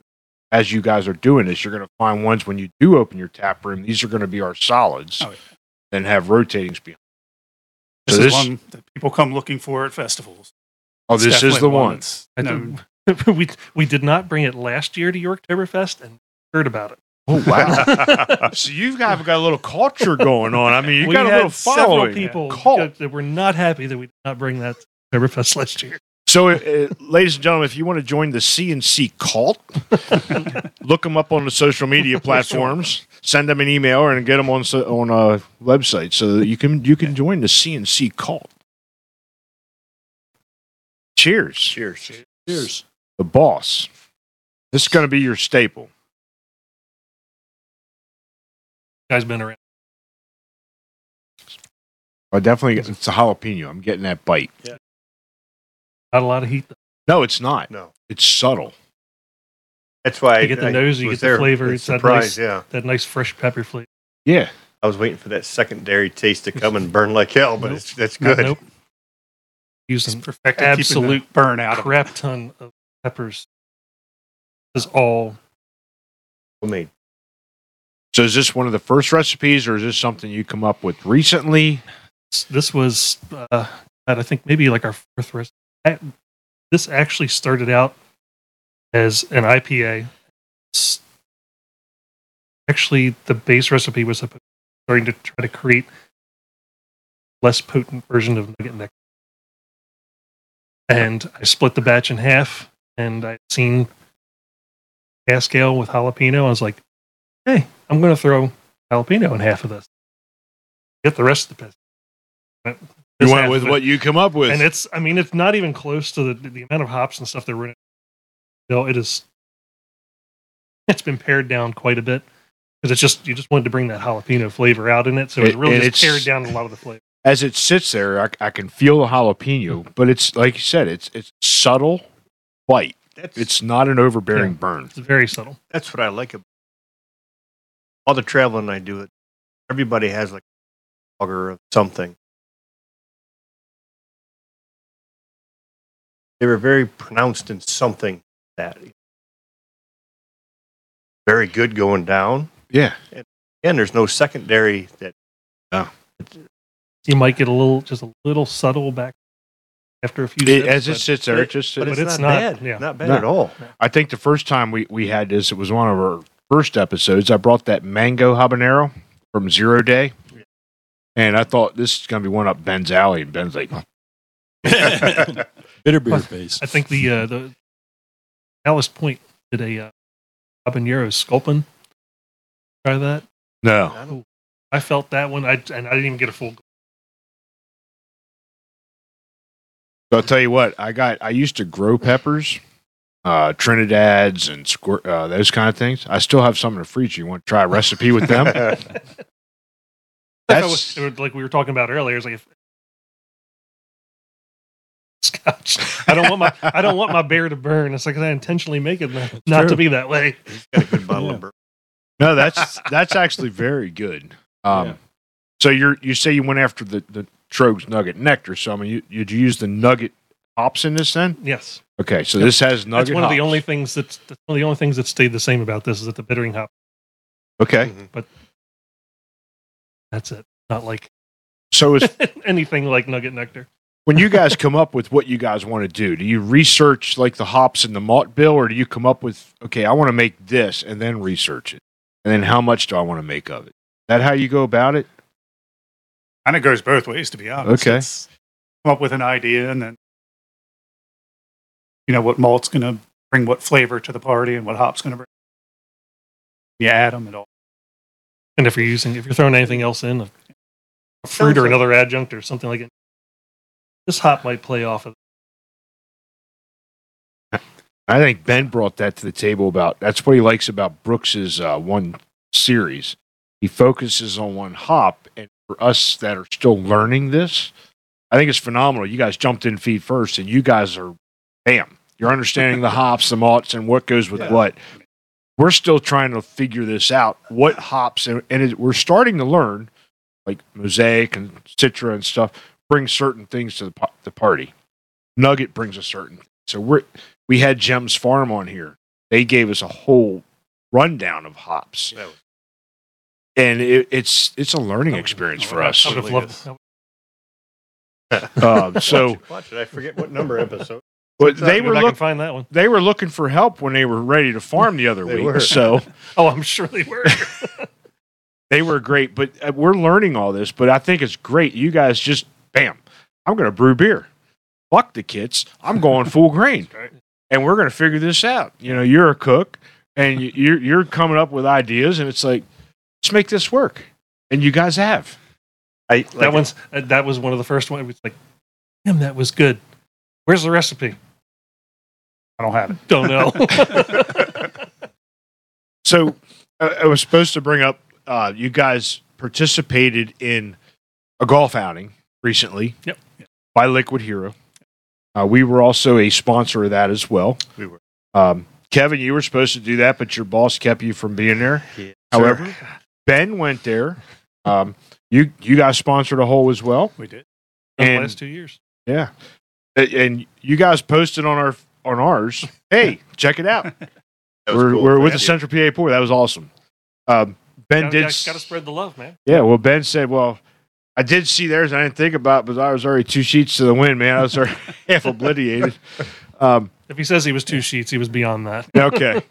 A: as you guys are doing this, you're going to find ones when you do open your tap room. These are going to be our solids,
E: Oh, yeah.
A: and have rotatings behind.
E: This
A: So
E: is
A: this-
E: one that people come looking for at festivals.
A: Oh,
E: It's
A: this is
E: definitely
A: the one.
E: that's
D: I
E: known.
D: think- we we did not bring it last year to Yorktoberfest and heard about it.
A: Oh wow! so you've got, got a little culture going on. I mean, you
D: we
A: got a
D: had
A: little
D: several
A: following.
D: people
A: Cult.
D: that, that were not happy that we did not bring that to Oktoberfest last year.
A: So, uh, ladies and gentlemen, if you want to join the CNC cult, look them up on the social media platforms, send them an email, and get them on so- on a website so that you can you can join the CNC cult. Cheers! Cheers! Cheers! The boss. This is going to be your staple.
D: Guys, been around.
A: I definitely. It's a jalapeno. I'm getting that bite.
D: Not a lot of heat. Though.
A: No, it's not.
B: No.
A: It's subtle.
B: That's why
D: You get the nose, you
B: was
D: get the
B: there.
D: flavor,
B: It's
D: it's that
B: surprise, yeah.
D: That nice fresh pepper flavor.
A: Yeah.
B: I was waiting for that secondary taste to come and burn like hell, but
D: Nope.
B: it's, that's good.
D: Nope. Use
E: It's
D: an
E: perfected keeping the
D: absolute
E: burn out of it.
D: crap ton of peppers. This is all
B: Homemade.
A: So, is this one of the first recipes, or is this something you come up with recently?
D: this was uh, at I think maybe like our fourth rest. I- This actually started out as an IPA. It's- actually, the base recipe was supposed- starting to try to create less potent version of Nugget Neck. And I split the batch in half, and I'd seen Pascal with jalapeno. I was like, "Hey, I'm going to throw jalapeno in half of this. Get the rest of the pest."
A: You went with what you come up with.
D: and it's i mean it's not even close to the, the amount of hops and stuff that were in it no it is it's been pared down quite a bit because it's just you just wanted to bring that jalapeno flavor out in it so it's
A: It-
D: really
A: and
D: just pared
A: it's-
D: down a lot of the flavor
A: as it sits there, I, I can feel the
B: Mm-hmm.
A: jalapeno, but it's like you said, it's it's subtle bite.
B: That's,
A: It's not an overbearing burn.
D: it's very subtle
B: that's what I like about all the traveling I do. It everybody has like a logger of something. They were very pronounced in something that very good going down,
A: Yeah,
B: and there's no secondary that
D: you might get a little just a little subtle back after a few
A: It-
D: sips,
A: as it
D: but
A: sits there,
B: but
A: it just.
B: but
D: it-
B: it's,
D: it's
B: not,
D: not-
B: bad.
D: yeah.
B: Not bad
A: No.
B: at all.
A: I think the first time we we had this, it was one of our first episodes. I brought that mango habanero from Zero Day, and I thought this is going to be one up Ben's alley, and Ben's like,
C: Bitter beer base.
D: i think the uh the alice point did a uh, habanero sculpin try that
A: "No,
D: i felt that one i and i didn't even get a full
A: So I'll tell you what, I got I used to grow peppers. uh, Trinidad's and squirt, uh, those kind of things. I still have some in the freezer. You want to try a recipe with them? That's-
D: It would- like we were talking about earlier. It's like if, Scotch. I don't want my I don't want my bear to burn. It's like I intentionally make it not
C: true.
D: to be that way.
B: Got a good bottle
C: Yeah.
B: of bourbon.
A: no, that's that's actually very good. Um,
C: Yeah.
A: So you're you say you went after the the Trogs Nugget Nectar. So I mean, you, did you use the Nugget hops in this then?
D: Yes,
A: Okay, so this has Nugget.
D: that's one of the
A: hops.
D: only things that's, that's one of the only things that stayed the same about this is that the bittering hop.
A: Okay,
B: Mm-hmm.
D: That's it. Not like
A: so it's
D: anything like nugget nectar.
A: when you guys come up with what you guys want to do, do you research like the hops and the malt bill, or do you come up with okay, I want to make this and then research it, and then how much do I want to make of it? That how you go about it?
E: kind of goes both ways, to be honest.
A: Okay.
E: It's come up with an idea and then, you know, what malt's going to bring what flavor to the party and what hop's going to bring. You add them and all.
D: And if you're using if you're throwing anything else in, a, a fruit or
B: like-
D: another adjunct or something like it, this hop might play off of.
A: I think Ben brought that to the table about that's what he likes about Brooks's uh, one series. He focuses on one hop, and for us that are still learning this, I think it's phenomenal. You guys jumped in feed first, and you guys are bam. You're understanding the hops, the malts, and what goes with
B: Yeah.
A: what. We're still trying to figure this out. What hops, and, and it, we're starting to learn, like mosaic and citra and stuff, bring certain things to the, pa- the party. Nugget brings a certain. So we're we had Jem's Farm on here. They gave us a whole rundown of hops,
B: That was-
A: and it, it's it's a learning
B: Oh,
A: experience
B: oh,
A: for
B: yeah.
A: us.
D: I would have
B: Absolutely
D: loved.
B: is.
D: I would-
A: Um, so,
B: watch it, watch it. I forget what number episode.
A: but
D: I'll
A: they
D: have to go
A: were
D: back
A: look,
D: and find that one.
A: they were looking for help when they were ready to farm the other
B: They
A: week.
B: were.
A: So
D: Oh, I'm sure they were.
A: they were great. But uh, we're learning all this. But I think it's great. You guys just bam. I'm going to brew beer. Fuck the kits. I'm going full grain,
D: That's right.
A: and we're going to figure this out. You know, you're a cook, and you- you're you're coming up with ideas, and it's like, let's make this work. And you guys have.
B: I, like,
D: that one's uh, that was one of the first ones. It was like, damn, that was good. Where's the recipe?
E: I don't have it.
D: Don't know.
A: So I, I was supposed to bring up uh, you guys participated in a golf outing recently.
D: Yep.
A: By Liquid Hero. Uh, we were also a sponsor of that as well.
B: We were.
A: Um, Kevin, you were supposed to do that, but your boss kept you from being there.
B: Yeah.
A: However, Ben went there. Um, you you guys sponsored a hole as well.
E: We did.
D: Done the
A: And-
D: last two years.
A: Yeah. A- And you guys posted on our on ours. Hey, check it out.
B: That was
A: We're,
B: cool.
A: we're with the
B: Thank you.
A: Central PA Pool. That was awesome. Um, ben
D: Got
A: did.
D: to
A: s-
D: spread the love, man.
A: Yeah, well, Ben said, well, I did see theirs. I didn't think about it, but I was already two sheets to the wind, man. I was already half obliterated. Um,
D: If he says he was two sheets, he was beyond that.
A: okay.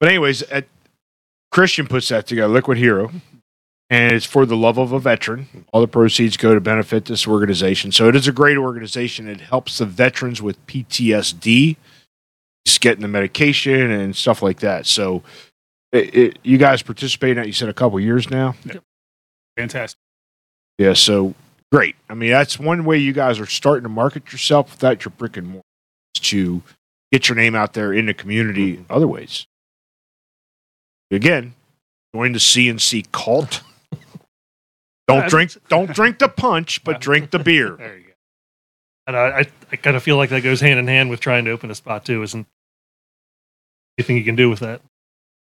A: But, anyways, at, Christian puts that together, Liquid Hero, and it's for the love of a veteran. All the proceeds go to benefit this organization. So, it is a great organization. It helps the veterans with PTSD, just getting the medication and stuff like that. So, it, it, you guys participate in that, you said a couple years now?
E: Fantastic.
A: Yeah, so great. I mean, that's one way you guys are starting to market yourself without your brick and mortar is to get your name out there in the community other ways. Again, join the CNC cult. don't drink don't drink the punch, but drink the beer.
D: There you go. And I, I, I kind of feel like that goes hand in hand with trying to open a spot too. Isn't anything you can do with that?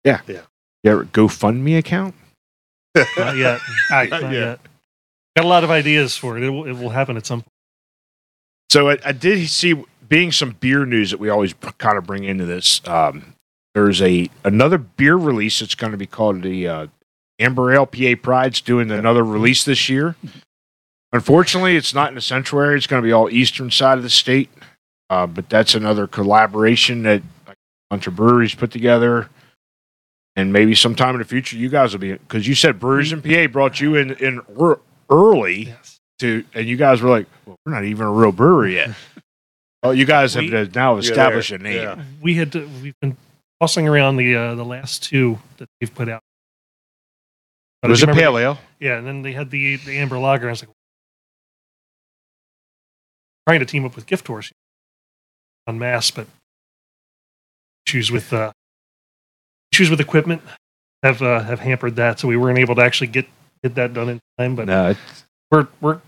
A: Yeah, GoFundMe account?
D: Not yet.
E: I,
D: Not
B: Yeah.
D: yet. Got a lot of ideas for it. It will, it will happen at some point.
A: So I, I did see being some beer news that we always kind of bring into this. Um, there's a another beer release that's going to be called the uh, Amber Ale PA Pride's doing another release this year. Unfortunately, it's not in the central area. It's going to be all eastern side of the state. Uh, but that's another collaboration that a bunch of breweries put together. And maybe sometime in the future, you guys will be because you said breweries in PA brought you in in ear- early
D: Yes.
A: to, and you guys were like, well, we're not even a real brewery yet. Oh, you guys have
D: We-
A: to now established a name.
B: Yeah.
D: we had to, we've been tossing around the uh, the last two that they've put out.
A: It
D: But
A: was a
D: I do remember-
A: pale ale.
D: Yeah, and then they had the the amber lager. And I was like, trying to team up with Gift Horse on mass, but issues with uh, issues with equipment have uh, have hampered that, so we weren't able to actually get get that done in time. But
A: No,
D: we're we're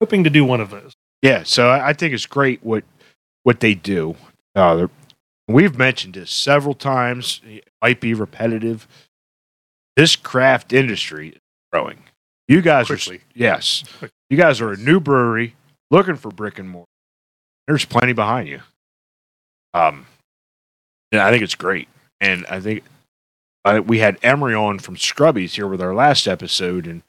D: hoping to do one of those.
A: Yeah, so I I think it's great what what they do. Uh, they're- we've mentioned this several times. It might be repetitive. This craft industry is growing. You guys are
B: Quickly.
A: yes. You guys are a new brewery looking for brick and mortar. There's plenty behind you. Um, yeah, I think it's great, and I think uh, we had Emery on from Scrubbies here with our last episode, and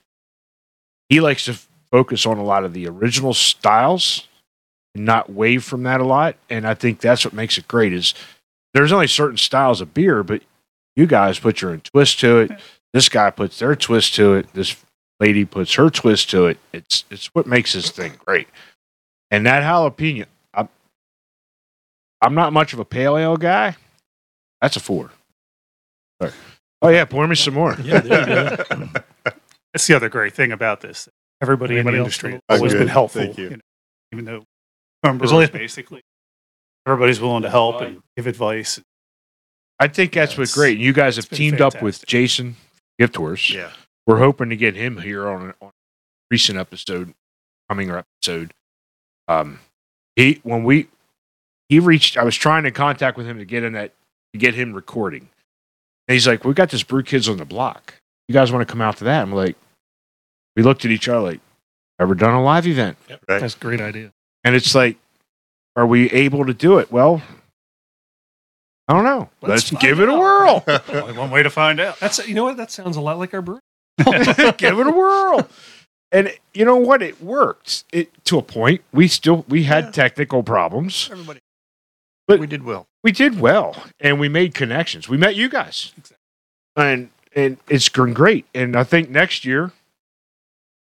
A: he likes to focus on a lot of the original styles and not wave from that a lot. And I think that's what makes it great is there's only certain styles of beer, but you guys put your own twist to it. This guy puts their twist to it. This lady puts her twist to it. It's it's what makes this thing great. And that jalapeno, I'm, I'm not much of a pale ale guy. That's a four. Sorry. Oh yeah, pour me some more.
C: Yeah, there you go.
E: That's the other great thing about this. Everybody,
D: Anybody
E: in the
D: else?
E: industry has
D: Oh,
E: always
B: good.
E: been helpful.
B: Thank you.
E: know, even though members
D: There's only-
E: basically everybody's willing to help and give advice.
A: I think that's what's
E: That's-
A: great. You guys have
E: it's been
A: teamed up with
E: fantastic.
A: Jason Gift Horse.
B: Yeah.
A: We're hoping to get him here on on a recent episode, coming episode. Um, he when we he reached, I was trying to contact with him to get in that to get him recording, and he's like, "We got this Brew Kids on the Block. You guys want to come out to that?" I'm like, we looked at each other like, "Ever done a live event?"
B: Right.
D: That's a great idea.
A: And it's like, are we able to do it? Well, I don't know. Let's,
E: Let's
A: give it
E: find
A: a
E: out.
A: whirl.
E: Only one way to find out.
D: That's you know what that sounds a lot like our brewery.
A: give it a whirl. And you know what? It worked it, to a point. We still we had
B: Yeah.
A: technical problems.
B: Everybody.
A: But-
B: we did well.
A: We did well, and we made connections. We met you guys, and and it's been great. And I think next year,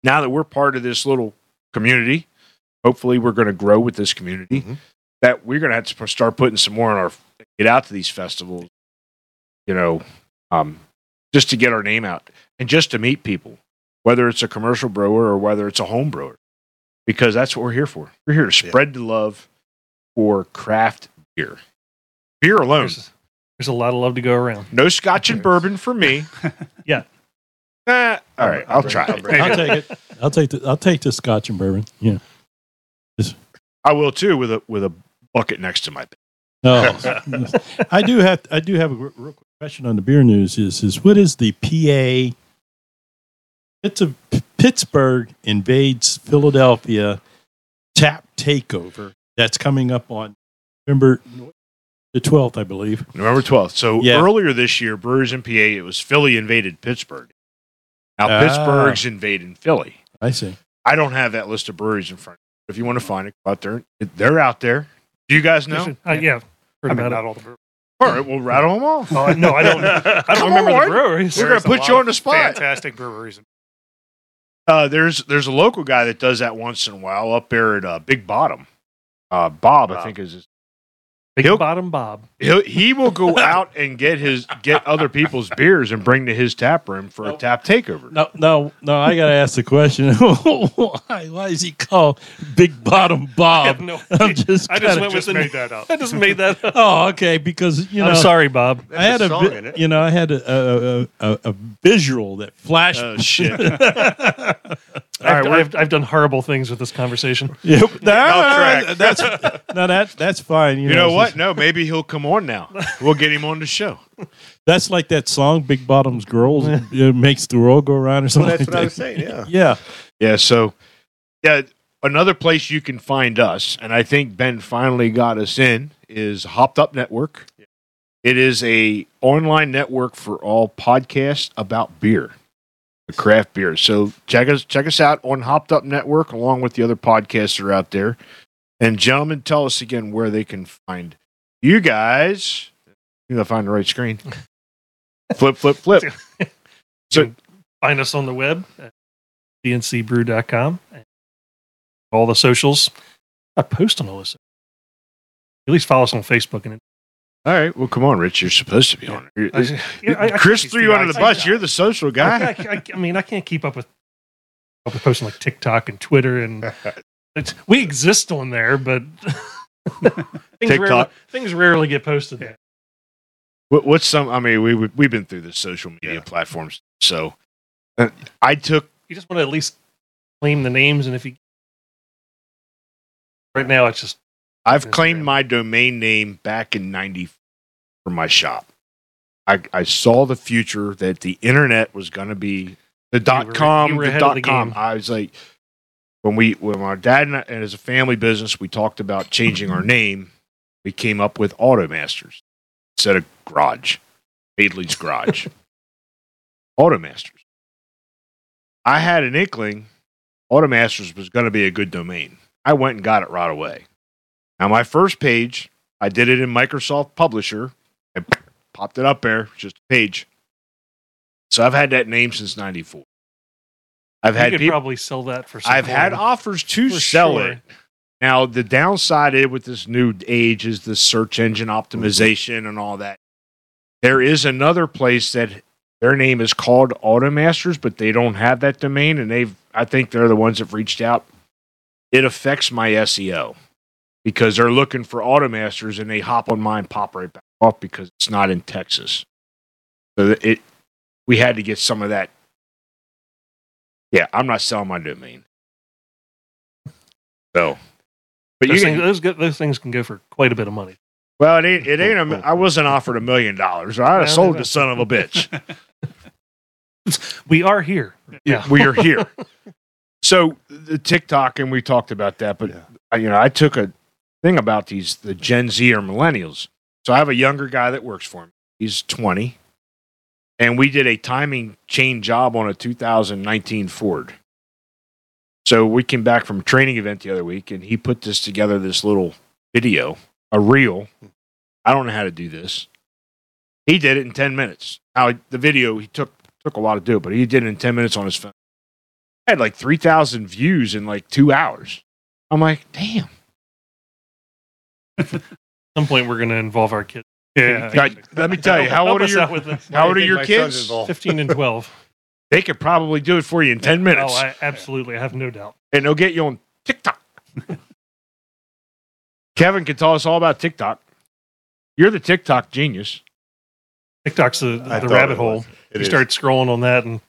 A: now that we're part of this little community, hopefully we're going to grow with this community.
D: Mm-hmm.
B: Mhm.
A: That we're going to have to start putting some more on our get out to these festivals. You know, um, just to get our name out and just to meet people, whether it's a commercial brewer or whether it's a home brewer, because that's what we're here for. We're here to
B: Yeah.
A: spread the love for craft beer. Beer alone,
D: There's, there's a lot of love to go around.
A: no scotch and bourbon for me.
D: Yeah.
A: Eh, all right, I'll try.
B: I'll
A: it.
B: bring
C: I'll take it. I'll take the I'll take the Scotch and bourbon. Yeah.
A: I will too with a with a bucket next to my bed.
C: No, I do have I do have a re- real quick question on the beer news. Is is what is the PA? It's a Pittsburgh invades Philadelphia tap takeover that's coming up on November the twelfth, I believe.
A: November twelfth. So
C: Yeah.
A: earlier this year, Brewers in PA, it was Philly invaded Pittsburgh. Now
C: Ah.
A: Pittsburgh's invading Philly.
C: I see.
A: I don't have that list of breweries in front. If you want to find it, go out there. They're out there. Do you guys know?
D: Uh,
E: I
D: yeah. Heard
E: mean,
D: about
E: not
D: it.
E: all the breweries.
A: All right, we'll rattle them off.
D: Oh, no, I don't. I don't
A: Come
D: remember
A: on.
D: the breweries.
A: We're gonna
E: There's a
A: put
E: lot
A: you on
E: of
A: the spot.
E: Fantastic breweries.
A: Uh, there's there's a local guy that does that once in a while up there at uh, Big Bottom. Uh, Bob, I
B: Bob.
A: think is his,
D: Big
A: He'll-
D: bottom Bob.
A: he'll, he will go out and get his get other people's beers and bring to his tap room for a
C: Nope.
A: tap takeover.
C: No, no, no. I got to ask the question: Why? Why is he called Big Bottom
D: I
C: Bob?
D: have no.
C: I'm just.
D: I just
C: kinda-
D: went with
E: Just
D: the-
E: made that up.
D: I just made that. Up.
C: oh, okay. Because you know,
D: I'm sorry, Bob.
B: That's
C: I had a,
B: song
C: vi-
B: in it.
C: you know, I had a a, a, a, a visual that flashed.
A: Oh shit!
D: I've,
A: right, we're-
D: I've, I've done horrible things with this conversation.
C: Yep. No, no,
A: track.
C: that's no, that that's fine. You,
A: You know
C: it's
A: what?
C: just-
A: No, maybe he'll come on now. We'll get him on the show.
C: That's like that song "Big Bottoms Girls" it makes the world go round or
B: Well,
C: something.
B: that's what I
C: like
B: was saying. Yeah.
C: that. Yeah,
A: Yeah. So, yeah, another place you can find us, and I think Ben finally got us in, is Hopped Up Network. It is a online network for all podcasts about beer, the craft beer. So check us check us out on Hopped Up Network, along with the other podcasts that are out there. And gentlemen, tell us again where they can find you guys. You know, find the right screen. flip, flip, flip.
D: Find us on the web at dncbrew.com. And all the socials. I post on all this. At least follow us on Facebook and
A: All right. Well, come on, Rich. You're supposed to be on. it.
D: I, yeah, I- I-
A: Chris
E: he's
A: threw you
E: the
A: under the
E: IT
A: bus.
E: guy.
A: You're the social
D: I,
A: guy.
D: I- I mean, I can't keep up with. I'll be posting like TikTok and Twitter, and it's, we exist on there, but things,
A: TikTok.
D: Rarely, things rarely get posted there.
A: What, what's some? I mean, we we- we've been through the social media platforms, so uh, I took
D: You just want to at least claim the names, and if you right now, it's just
A: I've
D: Instagram.
A: claimed my domain name back in 90 for my shop. I, I saw the future that the internet was going to be the
D: were-
A: dot
D: you
A: com,
D: were
A: the
D: ahead of
A: dot
D: the
A: com.
D: game.
A: I was like, when we, when my dad and, I, and as a family business, we talked about changing our name. We came up with Automasters instead of Garage, Adley's Garage, Automasters. I had an inkling Automasters was going to be a good domain. I went and got it right away. Now, my first page, I did it in Microsoft Publisher. I popped it up there, just a page. So I've had that name since 94. I've
D: you
A: had
D: could
A: people,
D: probably sell that for. Some
A: I've had
D: coin.
A: offers to
D: For
A: sell
D: sure.
A: it. Now, the downside i- with this new age is the search engine optimization and all that. There is another place that their name is called Automasters, but they don't have that domain. And they've, I think they're the ones that reached out. It affects my E SEO because they're looking for Automasters and they hop on mine, pop right back off because it's not in Texas. So that it, we had to get some of that. Yeah, I'm not selling my domain. So, but
D: Those,
A: you can,
D: things, those, go- those things can go for quite a bit of money.
A: well, it ain't, it ain't, a, mi- I wasn't offered a million dollars. I'd have sold the son of a bitch.
D: We are here. Yeah.
A: we are here. So the TikTok, and we talked about that, but
C: Yeah.
A: I you know, I took a thing about these the Gen Z or millennials. So I have a younger guy that works for me. He's 20, and we did a timing chain job on a 2019 Ford. So we came back from a training event the other week, and he put this together this little video, a reel. I don't know how to do this. He did it in 10 minutes. Now the video he took took a lot to do, but he did it in 10 minutes on his phone. I had like 3,000 views in like two hours. I'm like, damn.
D: At some point, we're going to involve our kids. Uh,
E: Yeah.
A: God, let me tell you, how
D: Help
A: old are
D: us
A: your,
D: out with this.
A: how old are
B: I think
A: your
B: my son's
A: kids?
B: involved.
D: 15 and 12.
A: They could probably do it for you in 10 minutes
D: Oh, I, absolutely. I have no doubt.
A: and they'll get you on TikTok. Kevin can tell us all about TikTok. You're the TikTok genius.
D: TikTok's the,
B: I
D: the
B: thought
D: rabbit
B: it
D: hole.
B: was. It
D: you
B: is.
D: start scrolling on that, and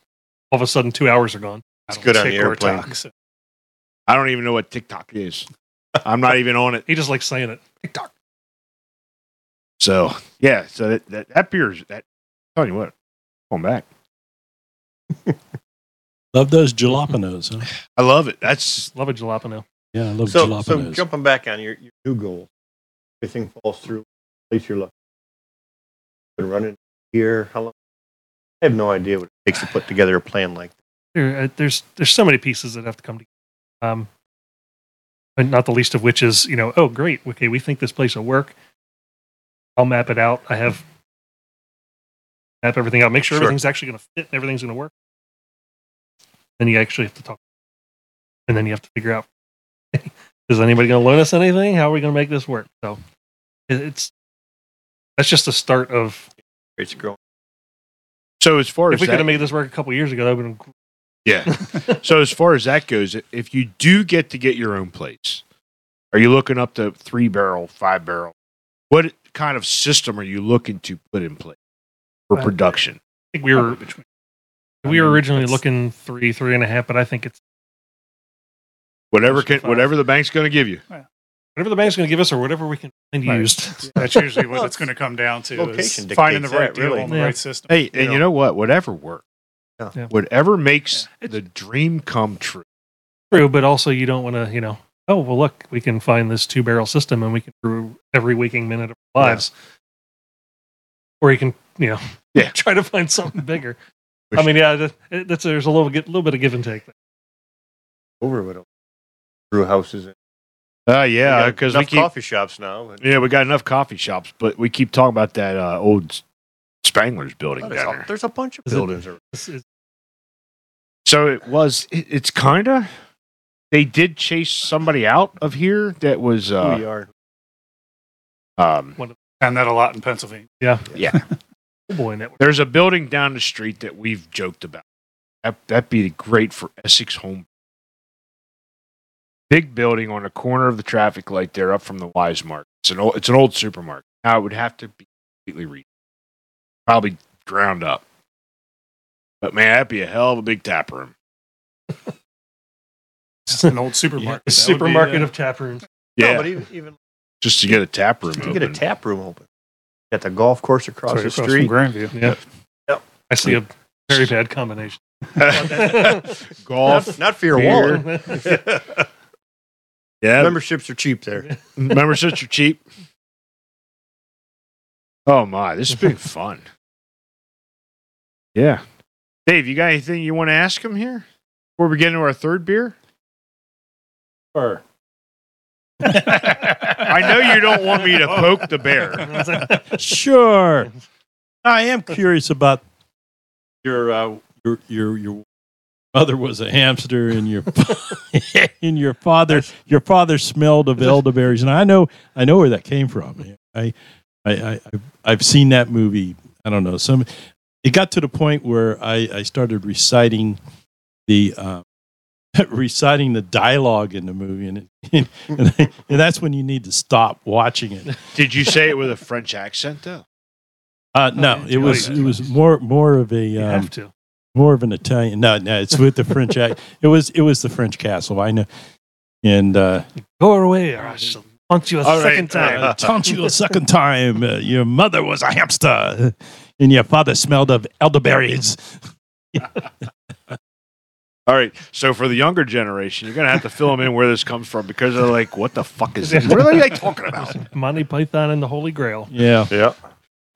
D: all of a sudden, two hours are gone.
B: It's good on the airplane.
A: I don't even know what TikTok is. I'm not even on it.
D: He just likes saying it.
A: TikTok. So yeah, so that that, that beer's that. Tell you what, come back.
C: Love those jalapenos, huh?
A: I love it. That's
D: Love a jalapeno.
C: Yeah, I love
B: So, so
C: jalapenos.
B: jumping back on your, your new goal, everything falls through. Place your luck. Been running here. How long? I have no idea what it takes to put together a plan like that.
D: There, uh, there's there's so many pieces that have to come together. Um, and not the least of which is, you know, oh great, okay, we think this place will work. I'll map it out. I have map everything out. Make sure
B: Sure.
D: everything's actually going to fit and everything's going to work. Then you actually have to talk, and then you have to figure out is anybody going to loan us anything? How are we going to make this work? So it, it's that's just the start of.
B: It's growing.
A: so as far as
D: If we
A: that-
D: could have made this work a couple years ago, that would have been
A: Yeah. so as far as that goes, if you do get to get your own plates, are you looking up to three barrel, five barrel? What kind of system are you looking to put in place for
D: Uh,
A: production?
D: I think we were
E: between.
D: we were
E: mean,
D: originally
E: that's-
D: looking three, three and a half, but I think it's
A: Whatever can,
E: five.
A: whatever the bank's going to give you.
D: whatever the bank's going to give us or whatever we can find
E: Right.
D: used.
E: That's usually what it's going to come down to. is
B: Location
E: finding the
B: dictates
E: right
B: that,
E: deal
B: really.
E: on the
D: Yeah.
E: right system.
A: Hey, and you know what? Whatever works,
B: Yeah.
D: Yeah.
A: whatever makes
D: Yeah.
A: the dream come true.
D: True, but also you don't want to, you know, oh well, look, we can find this two barrel system and we can brew every waking minute of our
B: Yeah.
D: lives, or you can, you know,
A: Yeah.
D: try to find something bigger.
A: For
D: I mean, yeah, that, it- that's there's a little bit, little bit of give and take. there.
B: Over with them. Brew houses. and-
A: Uh, yeah,
B: We got
A: because we
B: enough
A: keep
B: coffee shops now. and-
A: yeah we got enough coffee shops, but we keep talking about that uh, old Spangler's building
B: There's
A: down
B: a,
A: there.
B: there's a bunch of
D: Is it-
B: buildings. around.
D: It's- it's-
A: So it was. It, it's kind of. They did chase somebody out of here that was.
B: Who
A: Uh,
B: you are?
A: um,
E: and that a lot in Pennsylvania.
D: oh boy, network.
A: there's a building down the street that we've joked about. That, that'd be great for Essex Home. Big building on the corner of the traffic light there, up from the Wise Mart. It's an old. It's an old supermarket. Now it would have to be completely re. probably ground up. But man, that'd be a hell of a big tap room.
E: It's an old supermarket.
D: The
E: That would be,
D: supermarket
E: uh,
D: of tap rooms.
A: Yeah,
B: No, but even, even
A: just to get a tap room.
B: just to
A: open.
B: get a tap room open. Got the golf course across
E: sorry,
B: the
E: across from
B: street.
E: Grandview.
D: Yeah.
B: Yep.
D: I see a very bad combination.
A: golf.
B: not, not for your
A: beer.
B: wallet.
A: Yeah,
B: Memberships are cheap there.
A: memberships are cheap. Oh my, this has been fun. Yeah, Dave, you got anything you want to ask him here before we get into our third beer?
C: Or
A: I know you don't want me to poke the bear.
C: sure. I am curious about your uh, your your your mother was a hamster and your and your father your father smelled of elderberries and I know I know where that came from. I I, I I've- I've seen that movie. I don't know some. It got to the point where I I started reciting the. Uh, reciting the dialogue in the movie and, it, and, I- and that's when you need to stop watching it
A: Did you say it with a French accent though?
C: uh, no,
D: yeah,
C: it was
D: Italian.
C: it was more more of a
D: You
C: um,
D: have to.
C: more of an Italian. No, no, it's with the French act. It was it was the French castle. I know, and uh,
D: Go away, or
E: um,
D: I shall haunt you a
A: All right,
D: second
A: all
D: time.
A: right.
C: I taunt you a second time. Uh, your mother was a hamster, and your father smelled of elderberries.
A: All right. So for the younger generation, you're gonna have to fill them in where this comes from because they're like, "What the fuck is this? What are they talking about?"
D: Monty Python and the Holy Grail.
C: Yeah,
B: Yeah.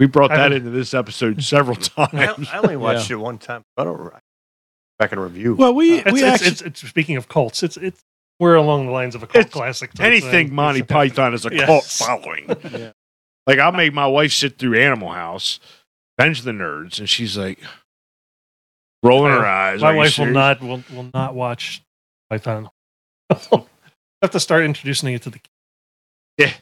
A: We brought that
D: I've-
A: into this episode several
B: I,
A: times.
B: I only watched it one time. I don't re- back and review.
C: well, we
D: It's,
C: we
D: it's,
C: actually
D: it's, it's, speaking of cults. It's it's we're along the lines of a cult
A: It's
D: classic. type
A: Anything
D: thing.
A: Monty
D: It's-
A: Python is a
D: Yes.
A: cult following.
C: Yeah.
A: Like I'll make my wife sit through Animal House, Bench the Nerds, and she's like rolling her eyes.
D: My
A: "Are you
D: wife will
A: serious?"
D: not will, will not watch Python. I have to start introducing it to the kids.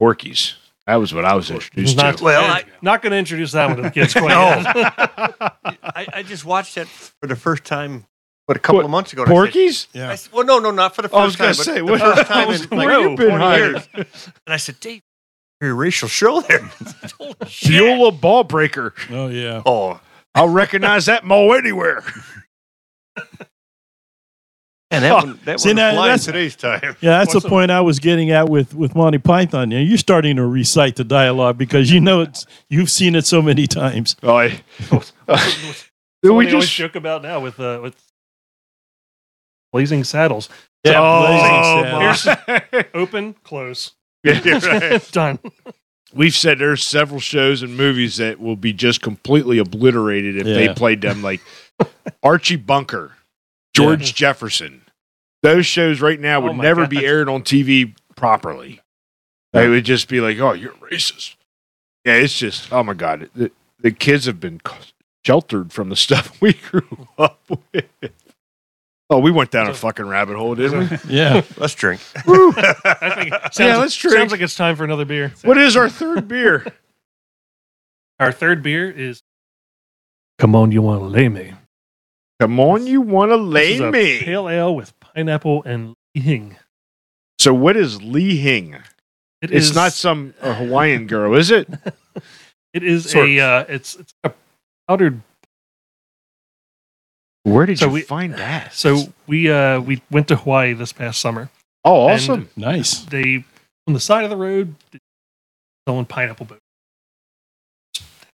A: Porkies. That was what I was introduced
D: Not,
A: to.
B: Well,
D: eh,
B: I-
D: not going to introduce that one to the kids quite yet.
B: I, I just watched that for the first time, what a couple
A: What,
B: of months ago. and I said-
A: Porkies?
B: I said, well, no, no, not for the first
A: I was gonna
B: time. but
A: say,
B: the
A: what-
B: first time in like
A: Where you been
B: 20
A: hiding?
B: years. And I said, Dave, your racial show there. Holy shit.
A: Beulah ball breaker.
C: oh yeah.
B: Oh,
A: I'll recognize that mole anywhere.
B: and that one, that
C: See,
B: one
C: now,
B: flying
C: that's-
B: today's time.
C: Yeah, that's
E: What's
C: the
E: up?
C: point I was getting at with, with Monty Python. You know, you're starting to recite the dialogue because you know it's you've seen it so many times.
A: Oh, I,
D: What
A: we
D: they always
A: just
D: joke about now with uh, with blazing saddles.
A: Yeah,
C: Oh,
A: blazing saddles.
D: Open, close,
A: Yeah, you're right.
D: done.
A: We've said there's several shows and movies that will be just completely obliterated if they
C: Yeah.
A: played them like Archie Bunker, George Jefferson. Those shows right now
D: Oh
A: would
D: my
A: never
D: God.
A: be aired on TV properly. They would just be like, "Oh, you're racist." Yeah, it's just oh my god, the, the kids have been c- sheltered from the stuff we grew up with. Oh, we went down a fucking rabbit hole, didn't we?
C: Yeah.
B: Let's drink.
A: Woo.
D: I think it sounds,
A: Yeah, let's drink.
D: Sounds like it's time for another beer.
A: What is our third beer?
D: Our third beer is. Come on, you want to lay me?
A: Come on, you want to
D: This
A: lay
D: is a
A: me?
D: Pale ale with pineapple and hing.
A: So what is Lee Hing?
D: It
A: it's
D: is-
A: not some uh, Hawaiian girl, is it?
D: It is
E: Sort
D: a. Uh, it's, it's a powdered.
A: Where did
D: So
A: you
D: we-
A: find that?
D: So we uh, we went to Hawaii this past summer.
A: oh, awesome!
C: Nice.
D: They on the side of the road selling pineapple boat.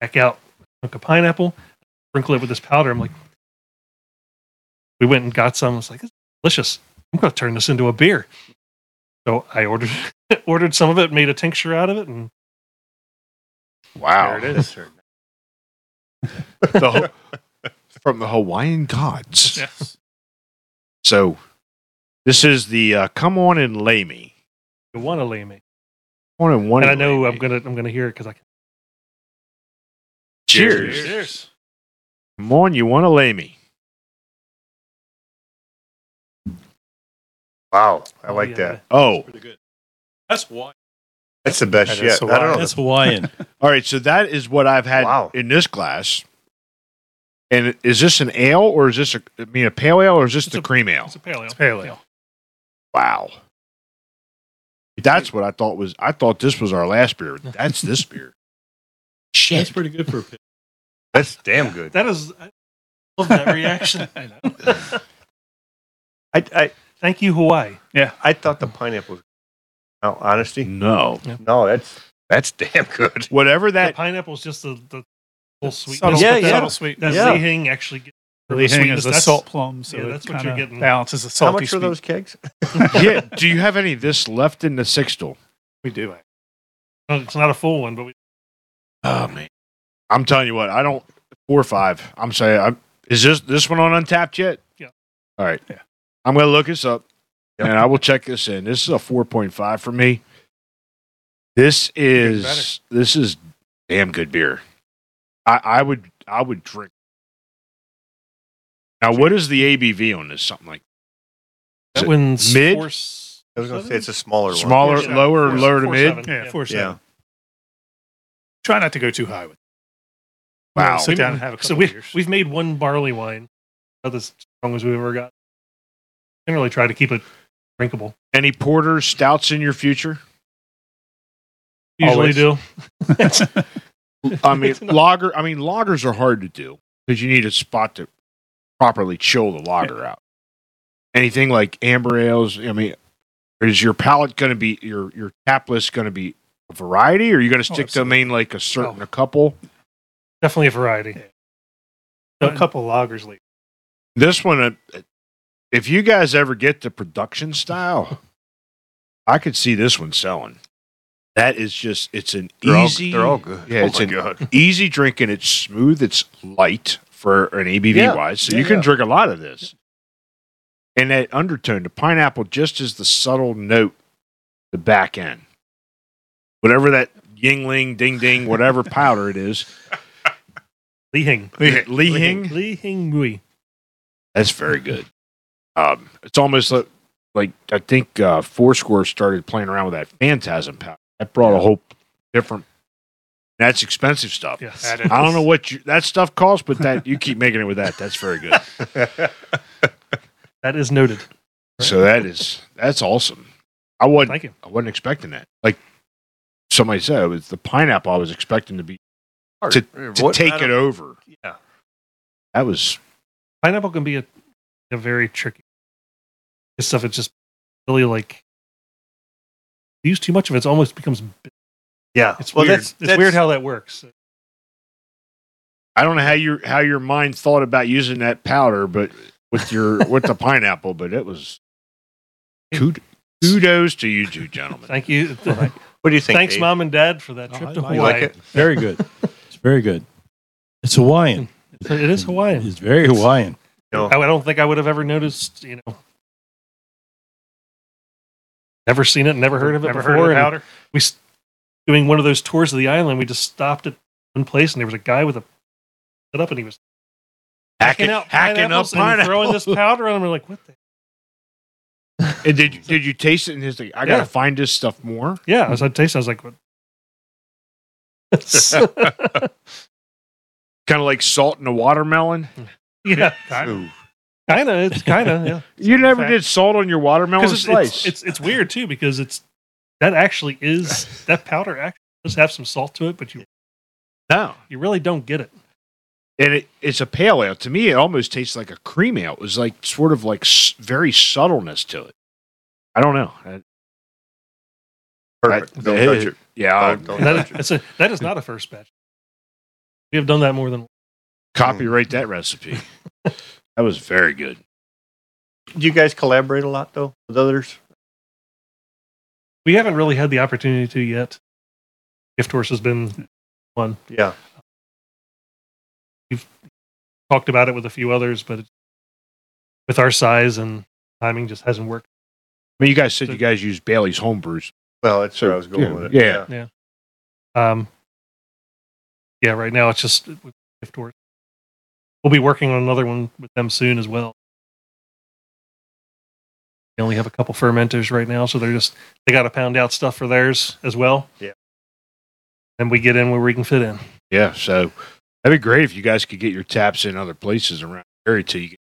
D: Hack out a chunk of pineapple, sprinkle it with this powder. I'm like, we went and got some. It's like it's delicious. I'm gonna turn this into a beer. So I ordered ordered some of it, made a tincture out of it, and
A: wow,
B: There it is.
A: The Ho- from the Hawaiian gods.
D: yes.
A: So this is the uh, come on and lay me.
D: you want to lay me.
A: Come on and one.
D: And I
A: and
D: know
A: lay
D: I'm
A: me.
D: gonna I'm gonna hear it because I can.
A: Cheers.
E: Cheers.
A: Come on, you want to lay me?
B: Wow. I like that.
A: Oh,
C: That's why.
B: That's the best
E: That is
B: yet.
E: so
B: I don't
E: wild.
B: know.
C: That's Hawaiian.
A: all right. So that is what I've had
B: Wow.
A: in this glass. And is this an ale or is this a I mean a pale ale or is this
D: It's
A: the
D: a-
A: cream ale?
D: It's a pale ale.
E: Pale ale.
A: Wow. That's what I thought was. I thought this was our last beer. That's this beer.
C: That's
F: Shit.
C: pretty good for a pig.
B: That's damn good.
D: That is, I love that reaction.
E: I know.
B: I, I,
D: Thank you, Hawaii.
B: I thought the pineapple. was- No, honesty.
A: No.
B: No, that's that's damn good.
A: Whatever
D: That
A: that
D: pineapple is just the, the whole sweetness.
E: Subtle, yeah,
B: Yeah,
D: but that-
B: yeah.
E: subtle sweet.
D: That
B: Yeah.
D: Zihing actually gets the
E: Really hanging
D: sweetness.
E: is a
D: That's-
E: salt plum, so
D: yeah, that's
E: that's
D: what
E: what
D: you're
E: you
D: getting.
E: Balances the
B: How
E: salty
B: much are
E: sweet.
B: those kegs?
A: yeah. Do you have any of this left in the sixtel?
E: We do.
D: It's not a full one, but we,
F: Oh man.
A: Um, I'm telling you what, I don't four or five. I'm saying, I'm, is this this one on Untapped yet?
D: Yeah.
A: All right.
E: Yeah.
A: I'm gonna look this up,
B: Yep.
A: and I will check this in. This is a four point five for me. This is this is damn good beer. I, I would I would drink. Now, what is the ABV on this? Something like
D: that
A: it
D: one's
A: mid?
D: four s-
B: I was gonna say
D: seven?
B: it's a smaller, one.
A: smaller,
D: Four seven.
A: lower,
D: Four-
A: lower to
D: four
A: mid.
D: seven.
E: Yeah,
D: Yeah.
E: four seven.
B: Yeah,
E: Try not to go too high with. it.
A: Wow.
E: Sit down and have a couple
D: So we
E: beers.
D: we've made one barley wine, not as strong as we've ever got. Generally, try to keep it drinkable.
A: Any porters, stouts in your future?
D: Usually
E: Always.
D: do.
A: I mean, lager. I mean, lagers are hard to do because you need a spot to properly chill the lager out. Anything like amber ales? I mean, is your palate going to be your your tap list going to be a variety, or are you
B: Oh,
A: going to stick to
E: absolutely.
A: main like a certain a couple?
D: Definitely a variety.
E: a couple lagers later.
A: This one, uh, if you guys ever get the production style, I could see this one selling. That is just it's an
B: they're all,
A: easy.
B: they're all good.
A: Yeah,
B: oh
A: it's
B: my
A: an
B: god.
A: easy drinking. It's smooth. It's light for an ABV
B: Yeah.
A: wise. So
B: Yeah,
A: you can
B: yeah.
A: drink a lot of this. And that undertone, the pineapple just is the subtle note, the back end. Whatever that yingling, ding ding, whatever powder it is.
D: Li Hing.
A: Li Li Hing.
D: Li Hing Mui.
A: That's very good. Um, it's almost like, like I think uh, Foursquare started playing around with that phantasm powder. That brought a whole different. That's expensive stuff.
D: Yes.
E: Add it.
A: I don't know what you, that stuff costs, but that you keep making it with that. That's very good.
D: That is noted.
A: So that is that's awesome. I wasn't
D: Thank you.
A: I wasn't expecting that. Like somebody said, it was the pineapple I was expecting to be to
B: What-
A: take
B: I
A: it
B: don't-
A: over.
B: Yeah.
A: That was
D: Pineapple can be a, a very tricky this stuff. It's just really like you use too much of it. It almost becomes.
B: Yeah,
D: It's weird. it's weird how that works.
A: I don't know how your how your mind thought about using that powder, but with your with the pineapple, but it was kud- kudos to you two gentlemen.
D: Thank you.
B: What do you think?
D: Thanks,
B: Dave?
D: mom and dad, for that
C: Oh,
D: trip
C: I
D: to
C: like
B: You
D: Hawaii.
B: like it?
C: Very good. It's very good. It's Hawaiian.
D: So it is Hawaiian.
C: It's very Hawaiian.
B: No.
D: I, I don't think I would have ever noticed. You know, never seen it, never heard of it
E: Never
D: before.
E: heard of the
D: and
E: powder.
D: we s- doing one of those tours of the island. We just stopped at one place, and there was a guy with a set up, and he was hacking out
A: hacking up
D: pineapples and throwing this powder on him. We're like, what? the
A: And did you did you taste it and his like, I gotta
D: Yeah.
A: find this stuff more?
D: Yeah, as I tasted, I was like, what?
A: Kind of like salt in a watermelon.
D: Hmm. yeah,
B: Ooh.
D: kind of. It's kind of yeah.
A: You never
D: fact.
A: did salt on your watermelon
D: Because it's,
A: slice.
D: it's, it's it's weird too because it's that actually is that powder actually does have some salt to it, but you
A: no,
D: you really don't get it.
A: and it, it's a pale ale. To me, it almost tastes like a cream ale. It was like sort of like s- very subtleness to it. I don't know. I-
B: Perfect.
A: I-
B: Don't
A: it-
B: touch it.
A: Yeah, I'll-
B: Don't- don't
D: And
B: touch
D: that, it's a, that is not a first batch. We have done that more than
A: copyright that recipe. that was very good.
B: it. Do you guys collaborate a lot though with others?
D: we haven't really had the opportunity to yet. Gift horse has been
B: Yeah.
D: talked about it with a few others, but it, with our size and timing, just hasn't worked.
A: I mean, you guys said you guys use Bailey's homebrews.
B: Well, that's
A: So,
B: where I was going
A: yeah,
B: with it.
A: yeah.
D: Um, yeah, right now it's just with gift horse. We'll be working on another one with them soon as well. We only have a couple fermenters right now, so they're just they got to pound out stuff for theirs as well.
B: Yeah.
D: and we get in where we can fit in.
A: Yeah, so that'd be great if you guys could get your taps in other places around the area till you get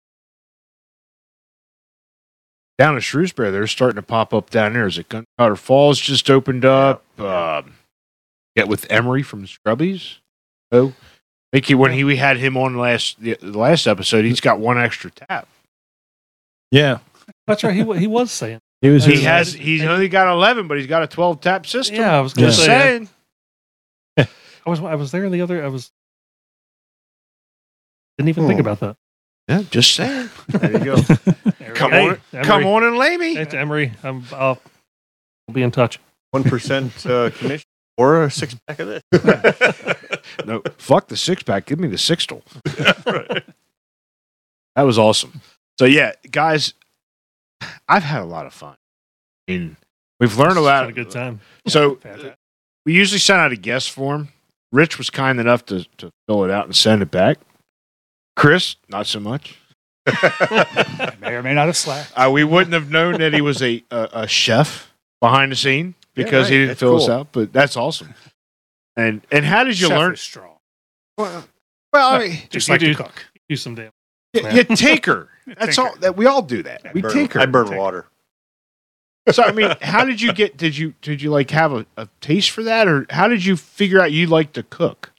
A: down in Shrewsbury. They're starting to pop up down there. Is it Gunpowder Falls just opened up? Um, get with Emery from Scrubbies. Oh, Mickey, when he we had him on last the, the last episode, he's got one extra tap.
C: Yeah,
D: That's right. He, wa- he was saying.
C: he was.
A: He has he's only got eleven, but he's got a twelve tap system.
D: Yeah, I was gonna
A: Just
D: say.
A: saying.
D: I was I was there the other. I was didn't even think
B: Hmm.
D: about that.
A: Yeah, just saying. There you go. Come
D: Hey,
A: on,
D: Emery.
A: come on and lay me.
D: Hey, to Emery, I'm, I'll, I'll be in touch.
B: One percent uh, commission or a six pack of this.
A: no, fuck the six pack. Give me the sixtel. That was awesome. So yeah, guys, I've had a lot of fun. I mean, we've learned
D: It's
A: about
D: been a good time.
A: So
D: Fantastic.
A: we usually send out a guest form. Rich was kind enough to, to fill it out and send it back. Chris, not so much.
E: I may or may not have slacked.
A: Uh, we wouldn't have known that he was a, a, a chef behind the scene
B: Yeah,
A: because he
B: right.
A: didn't
B: That's
A: fill us
B: cool.
A: out. But that's awesome. And and how did you
E: Chef
A: learn?
E: is strong,
A: Well, well,
D: Uh,
A: I mean,
E: just
D: You
E: like
D: do-
E: you cook.
D: Do some damn.
A: you, you tinker. That's
E: Tinker.
A: all that we all do. That we
B: burn,
A: tinker.
B: I burn
E: Tinker.
B: water.
A: So I mean, how did you get? Did you did you like have a, a taste for that, or how did you figure out you like to cook?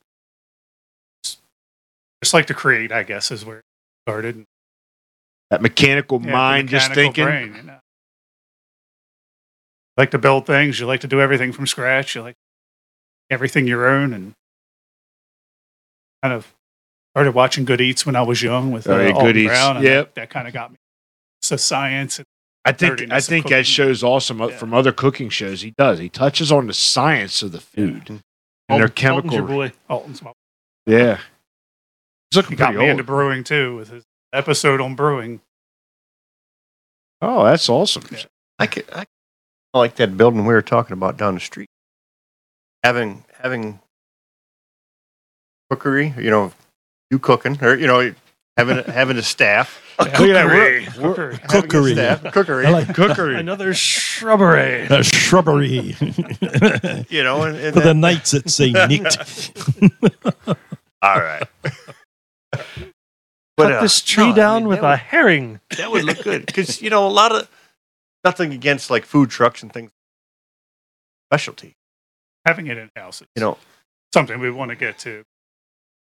E: Just like to create, I guess, is where it started.
A: That mechanical
E: Yeah, the
A: mind, just
E: mechanical
A: thinking.
E: brain, you know. Like to build things. You like to do everything from scratch. You like everything your own, and kind of started watching Good Eats when I was young with uh,
A: Oh, yeah,
E: Alton
A: Good Eats.
E: Brown. and
A: Yep.
E: that, that kind of got me. So science. And
A: I think I
E: Dirtiness of
A: think
E: cooking.
A: that shows awesome o-
E: Yeah.
A: from other cooking shows. He does. He touches on the science of the food
E: Mm-hmm.
A: and their
D: Alton- Alton's
A: chemical.
D: your boy.
E: Alton's my,
A: Yeah, he's
E: he
A: looking
E: got
A: pretty
E: me
A: old.
E: into brewing too with his episode on brewing.
A: oh, that's awesome.
E: Yeah.
B: I could, I, I like that building we were talking about down the street. Having having cookery, you know, you cooking or you know having having a staff,
E: Yeah.
A: Look at that, we're-
E: Cookery.
A: we're-
E: Cookery.
B: having a
C: Cookery.
B: staff, cookery,
C: I like
A: Cookery.
D: Another shrubbery.
C: the shrubbery for
B: you know, and, and
C: the
B: then-
C: knights at Saint Nick.
B: all right.
D: Cut
B: uh,
D: this tree
B: no, I
D: down
B: mean,
D: with
B: that
D: a herring.
B: would, that would look good because you know a lot of nothing against like food trucks and things specialty.
E: Having it in house, is
B: You know,
E: something we want to get to.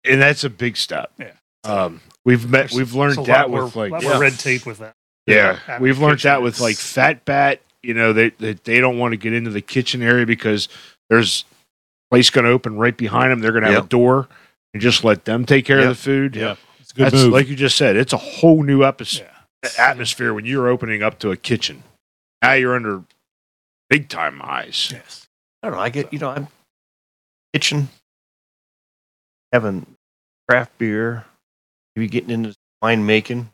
A: and that's a big step.
E: Yeah.
A: Um, we've met.
D: There's-
A: We've
D: There's
A: learned
D: a
A: that
D: lot more-
A: with like
D: lot
A: yeah.
D: more red tape with that.
A: Yeah,
E: Yeah.
A: we've learned that
E: Kitchen
A: with
E: is-
A: like Fat Bat. You know, they they, they don't want to get into the kitchen area because there's a place going to open right behind them. They're going to have a
B: Yep.
A: door and just let them take care
B: Yep.
A: of the food.
C: Yep. It's a good
A: That's
C: move.
A: like you just said. It's a whole new episode
E: Yeah.
A: atmosphere when you're opening up to a kitchen. Now you're under big time eyes.
E: Yes.
B: I don't know. I get you know I'm kitchen, having craft beer, maybe getting into wine making,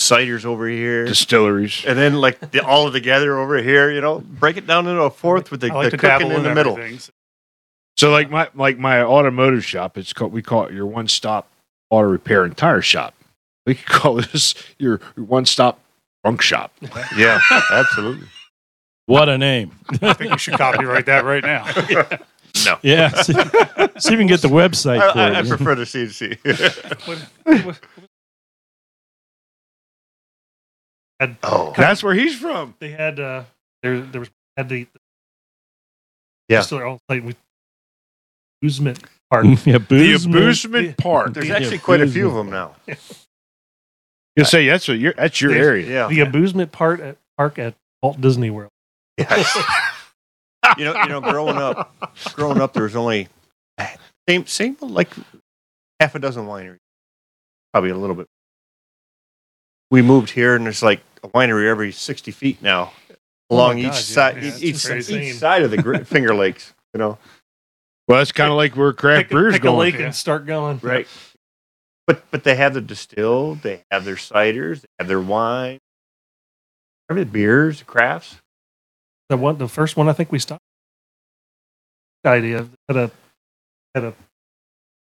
B: ciders over here,
A: Distilleries.
B: and then like the, all of together over here. You know, break it down into a fourth with the,
E: I like to
B: the
E: dabble
B: cooking
E: in,
B: in the middle.
E: everything, so-
A: So like my like my automotive shop, it's called we call it your one stop auto repair and tire shop. We could call this your one stop drunk shop.
B: Yeah, absolutely.
C: what a name!
E: I think you should copyright that right now.
C: Yeah, see, see if we can get the
B: I,
C: website for
B: I, I
C: it.
B: prefer the CNC.
D: Had,
B: oh,
A: That's where he's from.
D: they had uh, there there was had the
B: Yeah.
D: Still all like with Guzman Park.
B: Mm.
C: yeah,
A: The
C: booze, man.
A: amusement park.
B: there's
D: Yeah,
B: actually quite a few of them now.
A: You say that's what your that's your
D: Yeah.
A: area.
B: Yeah,
D: the amusement part at park at Walt Disney World.
B: you know, you know, growing up, growing up, there was only same, same, like half a dozen wineries, probably a little bit. We moved here, and there's like a winery every sixty feet now,
D: Oh
B: along
D: my
B: each
D: God, yeah,
B: side,
E: yeah,
B: each,
E: it's
B: each,
E: crazy.
B: each side of the Gr- Finger Lakes. You know,
A: Well, that's kind of like where craft
D: Pick,
A: brewers
D: pick a
A: going.
D: lake
E: yeah.
D: and start going.
B: right? But but they have the distill, they have their ciders, they have their wine, every beers, crafts.
D: The one, the first one, I think we stopped. Idea at a at a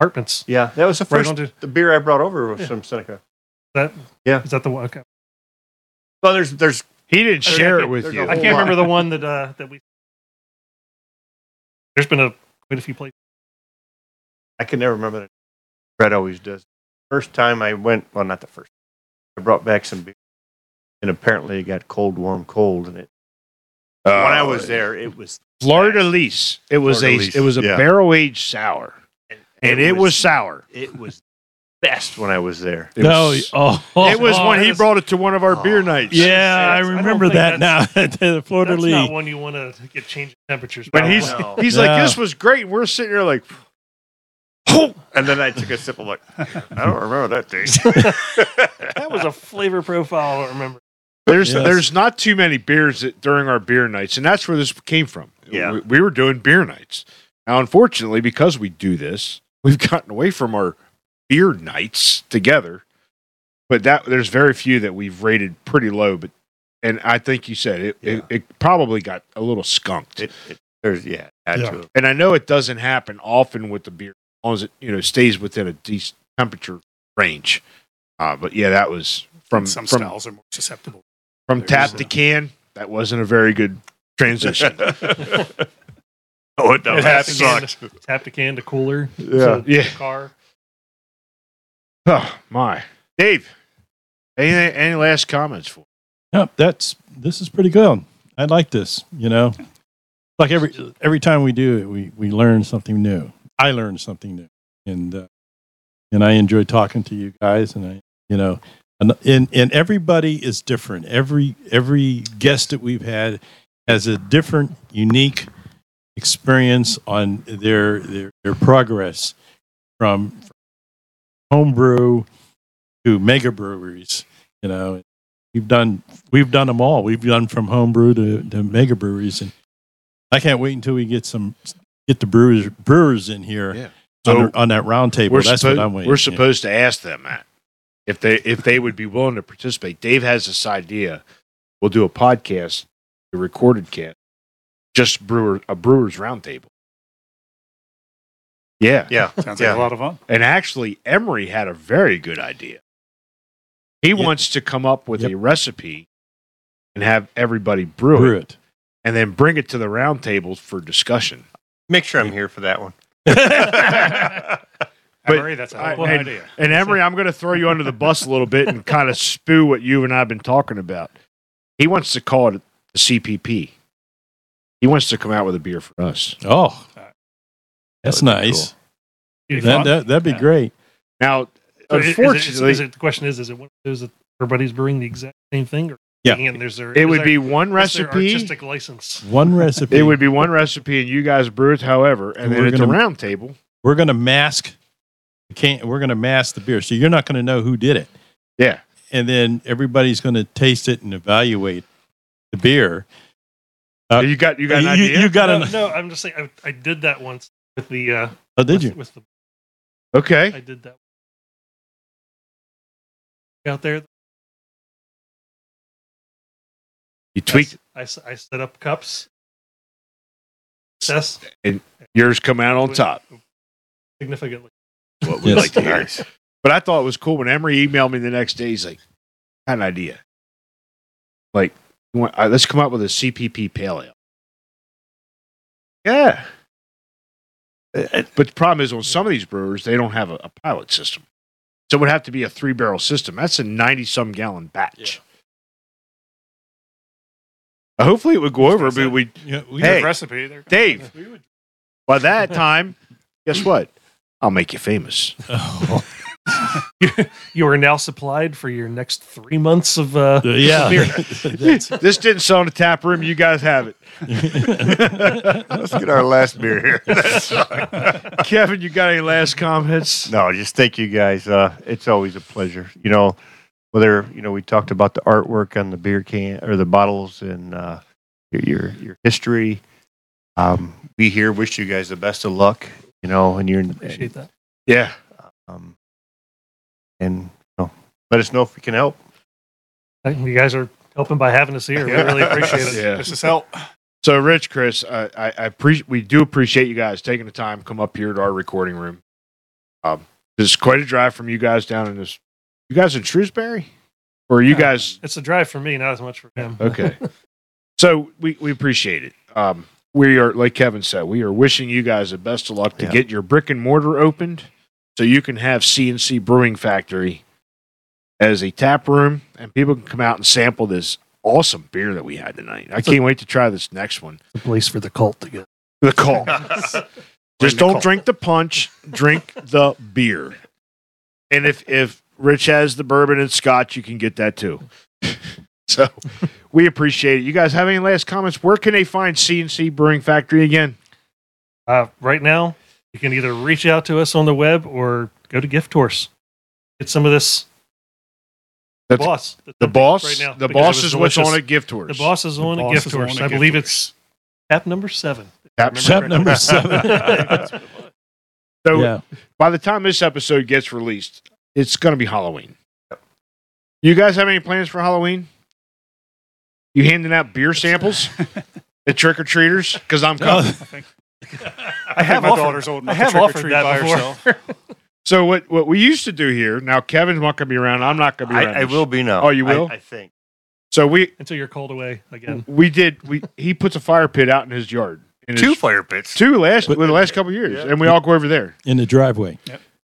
D: apartments.
B: Yeah, that was the
D: Right
B: first.
D: onto-
B: the beer I brought over was
D: Yeah.
B: from Seneca.
D: Is that the one? Okay.
B: Well, there's there's
A: He didn't
B: I mean,
A: share
B: I
A: it
B: can't-
A: with
B: there's
A: you.
B: a
D: I can't remember the one that uh, that we. There's been a quite a few places.
B: I can never remember that. Brett always does. First time I went, well, not the first. I brought back some beer, and apparently it got cold, warm, cold, and it.
A: Uh,
B: when I was there, it was
A: Florida Lease. It was a
B: Florida Lease,
A: it was a
B: yeah.
A: barrel aged sour. and
B: It
A: it was,
B: was-
A: sour.
B: It was best when I was there.
A: It
C: no,
A: was,
C: oh,
A: it was
D: oh,
A: when he
D: that's-
A: brought it to one of our beer
B: Oh.
A: nights.
C: Yeah, I
D: I don't
C: remember
D: think
C: that now. the Florida
D: That's not
C: League.
D: one you want to get changing temperatures.
A: But
B: Oh,
D: by.
A: he's
B: No.
A: he's
C: Yeah.
A: like, this was great. We're sitting there like,
B: And then I took a sip. I'm like, I don't remember that thing.
D: that was a flavor profile. I don't remember.
A: there's
C: Yes.
A: there's not too many beers that, during our beer nights, and that's where this came from.
B: Yeah.
A: we, we were doing beer nights. Now, unfortunately, because we do this, we've gotten away from our beer nights together. But that there's very few that we've rated pretty low. But and I think you said it
B: Yeah.
A: it, it probably got a little skunked.
B: It, it, there's, yeah, had
D: Yeah.
B: to.
A: and I know it doesn't happen often with the beer, as long as it you know stays within a decent temperature range. Uh, but yeah, that was from
E: Some
A: from
E: styles are more susceptible.
A: from
E: There's,
A: tap
E: uh,
A: to can. That wasn't a very good transition.
B: oh, it,
D: It
B: that
D: happens again.
B: sucked.
D: Tap the can to cooler.
A: yeah, yeah.
D: Car.
A: Oh my, Dave. Any any last comments for?
C: Yep, that's this is pretty good. I like this. You know, like every every time we do it, we we learn something new. I learned something new, and uh, and I enjoy talking to you guys. And I, you know, and and, and everybody is different. Every every guest that we've had has a different, unique experience on their their, their progress from, from homebrew to mega breweries. You know, we've done we've done them all. We've done from homebrew to, to mega breweries, and I can't wait until we get some get the brewers brewers in here
A: Yeah.
C: on,
A: So-
C: the- on that round table.
A: We're,
C: That's
A: suppo-
C: what I'm waiting.
A: we're
C: for.
A: supposed to ask them that if they if they would be willing to participate. Dave has this idea. We'll do a podcast, a recorded cast, just brewer a brewers roundtable. Yeah,
B: Yeah.
E: Sounds
B: yeah.
E: like a lot of fun.
A: and actually, Emery had a very good idea. He
C: Yep.
A: wants to come up with
C: Yep.
A: a recipe and have everybody brew,
C: brew
A: it,
C: it.
A: and then bring it to the roundtable for discussion.
B: Make sure I'm here for that one.
A: But-
E: Emery, that's a
A: I-
E: hell of an
A: and-
E: idea.
A: And Emery, I'm going to throw you under the bus a little bit and kind of spew what you and I have been talking about. He wants to call it the CPP. He wants to come out with a beer for us.
C: Oh, that's
B: That would be
C: nice.
D: It'd be
C: That,
D: fun.
C: that, that'd be
E: Yeah.
C: great.
A: Now,
D: So is- is it-
A: unfortunately,
D: is it, the question is: Is it one of those that everybody's brewing the exact same thing? Or
C: Yeah.
D: And there's their
A: it
D: is
A: would
D: there-
A: be one
D: is there
A: recipe.
D: artistic license.
C: One recipe.
A: It would be one recipe, and you guys brew it however, and then
C: We're
A: it's a
C: gonna-
A: round table.
C: we're going to mask. the Can we're going to mask the beer, so you're not going to know who did it,
A: Yeah.
C: and then everybody's going to taste it and evaluate the beer. Uh,
A: you got you got an
C: you,
A: idea.
C: you got
D: no,
C: an?
D: no, I'm just saying. I, I did that once with the. Uh,
C: Oh, did
D: with-
C: you?
D: With the,
A: okay.
D: I did that. Out there,
A: You tweaked
D: I, s- I set up cups. Success
A: yours come out on top.
D: significantly.
A: What we
C: Yes.
A: like to hear. But I thought it was cool when Emery emailed me the next day. He's like, "Got an idea? Like, you want, uh, let's come up with a CPP pale ale." Yeah, but the problem is on some of these brewers they don't have a, a pilot system, so it would have to be a three barrel system. That's a ninety some gallon batch. Uh, Hopefully, it would go over. But we
C: Yeah, we-
A: Hey,
E: Good recipe. There.
A: Dave.
E: We would-
A: by that time, guess what? I'll make you famous.
C: Oh,
D: You are now supplied for your next three months of. Uh,
C: yeah.
D: Beer.
C: That's-
A: This didn't sell in the tap room. You guys have it.
B: Let's get our last beer here. That's all.
A: Kevin, you got any last comments?
B: no, just thank you guys. Uh, it's always a pleasure. You know, whether you know we talked about the artwork on the beer can or the bottles and uh, your, your your history. Um, we here wish you guys the best of luck. You know, and you're
D: appreciate that.
A: Yeah.
B: um, and you know, let us know if we can help.
D: You guys are helping by having us here. We really appreciate it.
A: Yeah.
E: This is help.
A: So, Rich, Chris, I, I, I pre- we do appreciate you guys taking the time come up here to our recording room. Um, this is quite a drive from you guys down in this. You guys in Shrewsbury, or you
E: Yeah.
A: guys?
D: It's a drive for me, not as much for him.
A: Okay. so we we appreciate it. Um, we are like Kevin said, we are wishing you guys the best of luck to
B: Yeah.
A: get your brick and mortar opened, so you can have CNC Brewing Factory as a tap room, and people can come out and sample this awesome beer that we had tonight. I can't wait to try this next one.
D: The place for the cult to get.
A: The call. Just
B: the
A: don't
B: cult.
A: drink the punch. Drink the beer. And if if Rich has the bourbon and scotch, you can get that too. so we appreciate it. You guys have any last comments? Where can they find CNC Brewing Factory again?
D: Uh, right now, you can either reach out to us on the web or go to Gift Horse. Get some of this
A: That's-
D: boss.
A: The boss. the
D: because
A: boss
D: it was
A: is what's on
D: delicious.
A: at Gift Horse.
D: The boss is on a
E: boss
D: gift
E: is on
D: horse.
E: a
D: I
E: gift
D: believe
E: horse.
D: it's tap number seven.
A: Tap-
D: Remember
C: Step
D: correctly.
C: number seven.
A: So
C: yeah.
A: by the time this episode gets released, it's going to be Halloween. You guys have any plans for Halloween? You handing out beer samples at trick or treaters? Because I'm coming.
C: Oh,
E: I have
D: my
E: my
D: daughter's
E: daughter's old
D: I
E: enough to
D: have
E: trick or
D: offered
E: treat
D: that
E: by
D: before.
E: herself.
A: So what what we used to do here now Kevin's not going to be around. I'm not going to be around.
B: I, I will be now.
A: Oh, you
B: I-
A: will?
B: I, think.
A: So we
D: Until you're called away again.
A: we did we he puts a fire pit out in his yard. In his-
B: Two fire pits.
A: two last
C: But-
A: well, the last couple years,
B: Yeah.
A: and we all go over there.
C: in the driveway.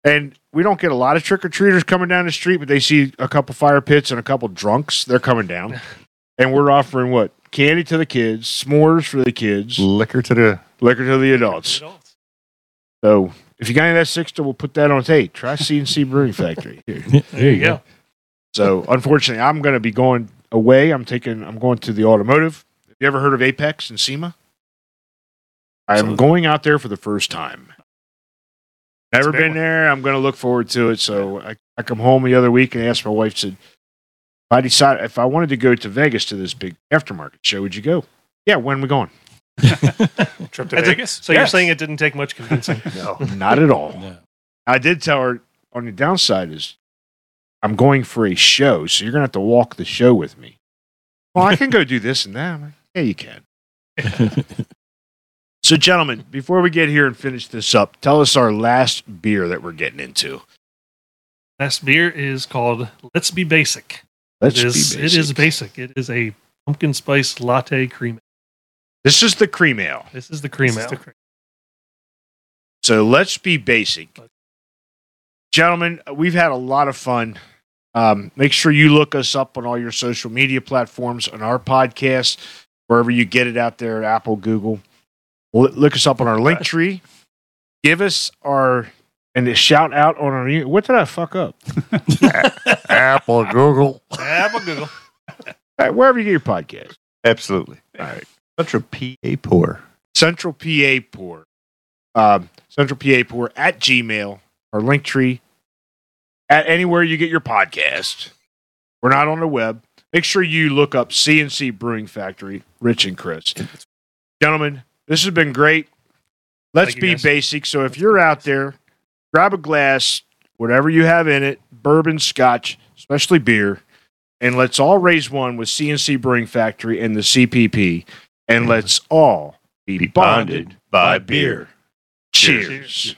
A: And we don't get a lot of trick or treaters coming down the street, but they see a couple fire pits and a couple drunks. They're coming down, and we're offering what candy to the kids, s'mores for the kids,
B: Liquor to the.
A: liquor to the adults.
D: Adults.
A: So if you got any of that sixter, we'll put that on tape. Try C&C Brewing Factory.
C: There,
D: There you go.
A: So unfortunately, I'm going to be going away. I'm taking. I'm going to the automotive. Have you ever heard of Apex and SEMA? I'm
E: Absolutely.
A: going out there for the first time. Never
E: a big
A: been
E: one.
A: there. I'm going to look forward to it. So I, I come home the other week and asked my wife. Said, if I decided if I wanted to go to Vegas to this big aftermarket show, would you go? Yeah, when we going?
E: Trip to
D: That's a-
E: Vegas.
D: So you're saying it didn't take much convincing.
B: No.
A: Not at all.
C: No.
A: I did tell her on the downside is I'm going for a show, so you're gonna have to walk the show with me. Well, I can go do this and that. I'm like, yeah, you can. So, gentlemen, before we get here and finish this up, tell us our last beer that we're getting into.
D: Last beer is called Let's Be Basic.
A: Let's
D: it is
A: be
D: it is basic. It is a pumpkin spice latte cream.
A: This is the cream ale.
D: This is the cream ale.
A: So let's be basic. Gentlemen, we've had a lot of fun. Um, make sure you look us up on all your social media platforms, on our podcast, wherever you get it out there at Apple, Google. L- look us up on our link tree. Give us our and a shout out on our. e- What did I fuck up?
B: Apple, Google.
E: Apple Google.
A: All right, wherever you get your podcast,
B: Absolutely.
A: All right.
B: Such a PA pour.
A: Central PA Pour, um, Central PA Pour at Gmail, our link tree, at anywhere you get your podcast. We're not on the web. Make sure you look up CNC Brewing Factory, Rich and Chris. Gentlemen, this has been great. Let's
D: Thank you,
A: be
D: guys.
A: basic. So if you're out there, grab a glass, whatever you have in it, bourbon, scotch, especially beer, and let's all raise one with CNC Brewing Factory and the CPP,
D: Mm-hmm.
A: and let's all be, bonded by beer. Cheers.
D: Cheers.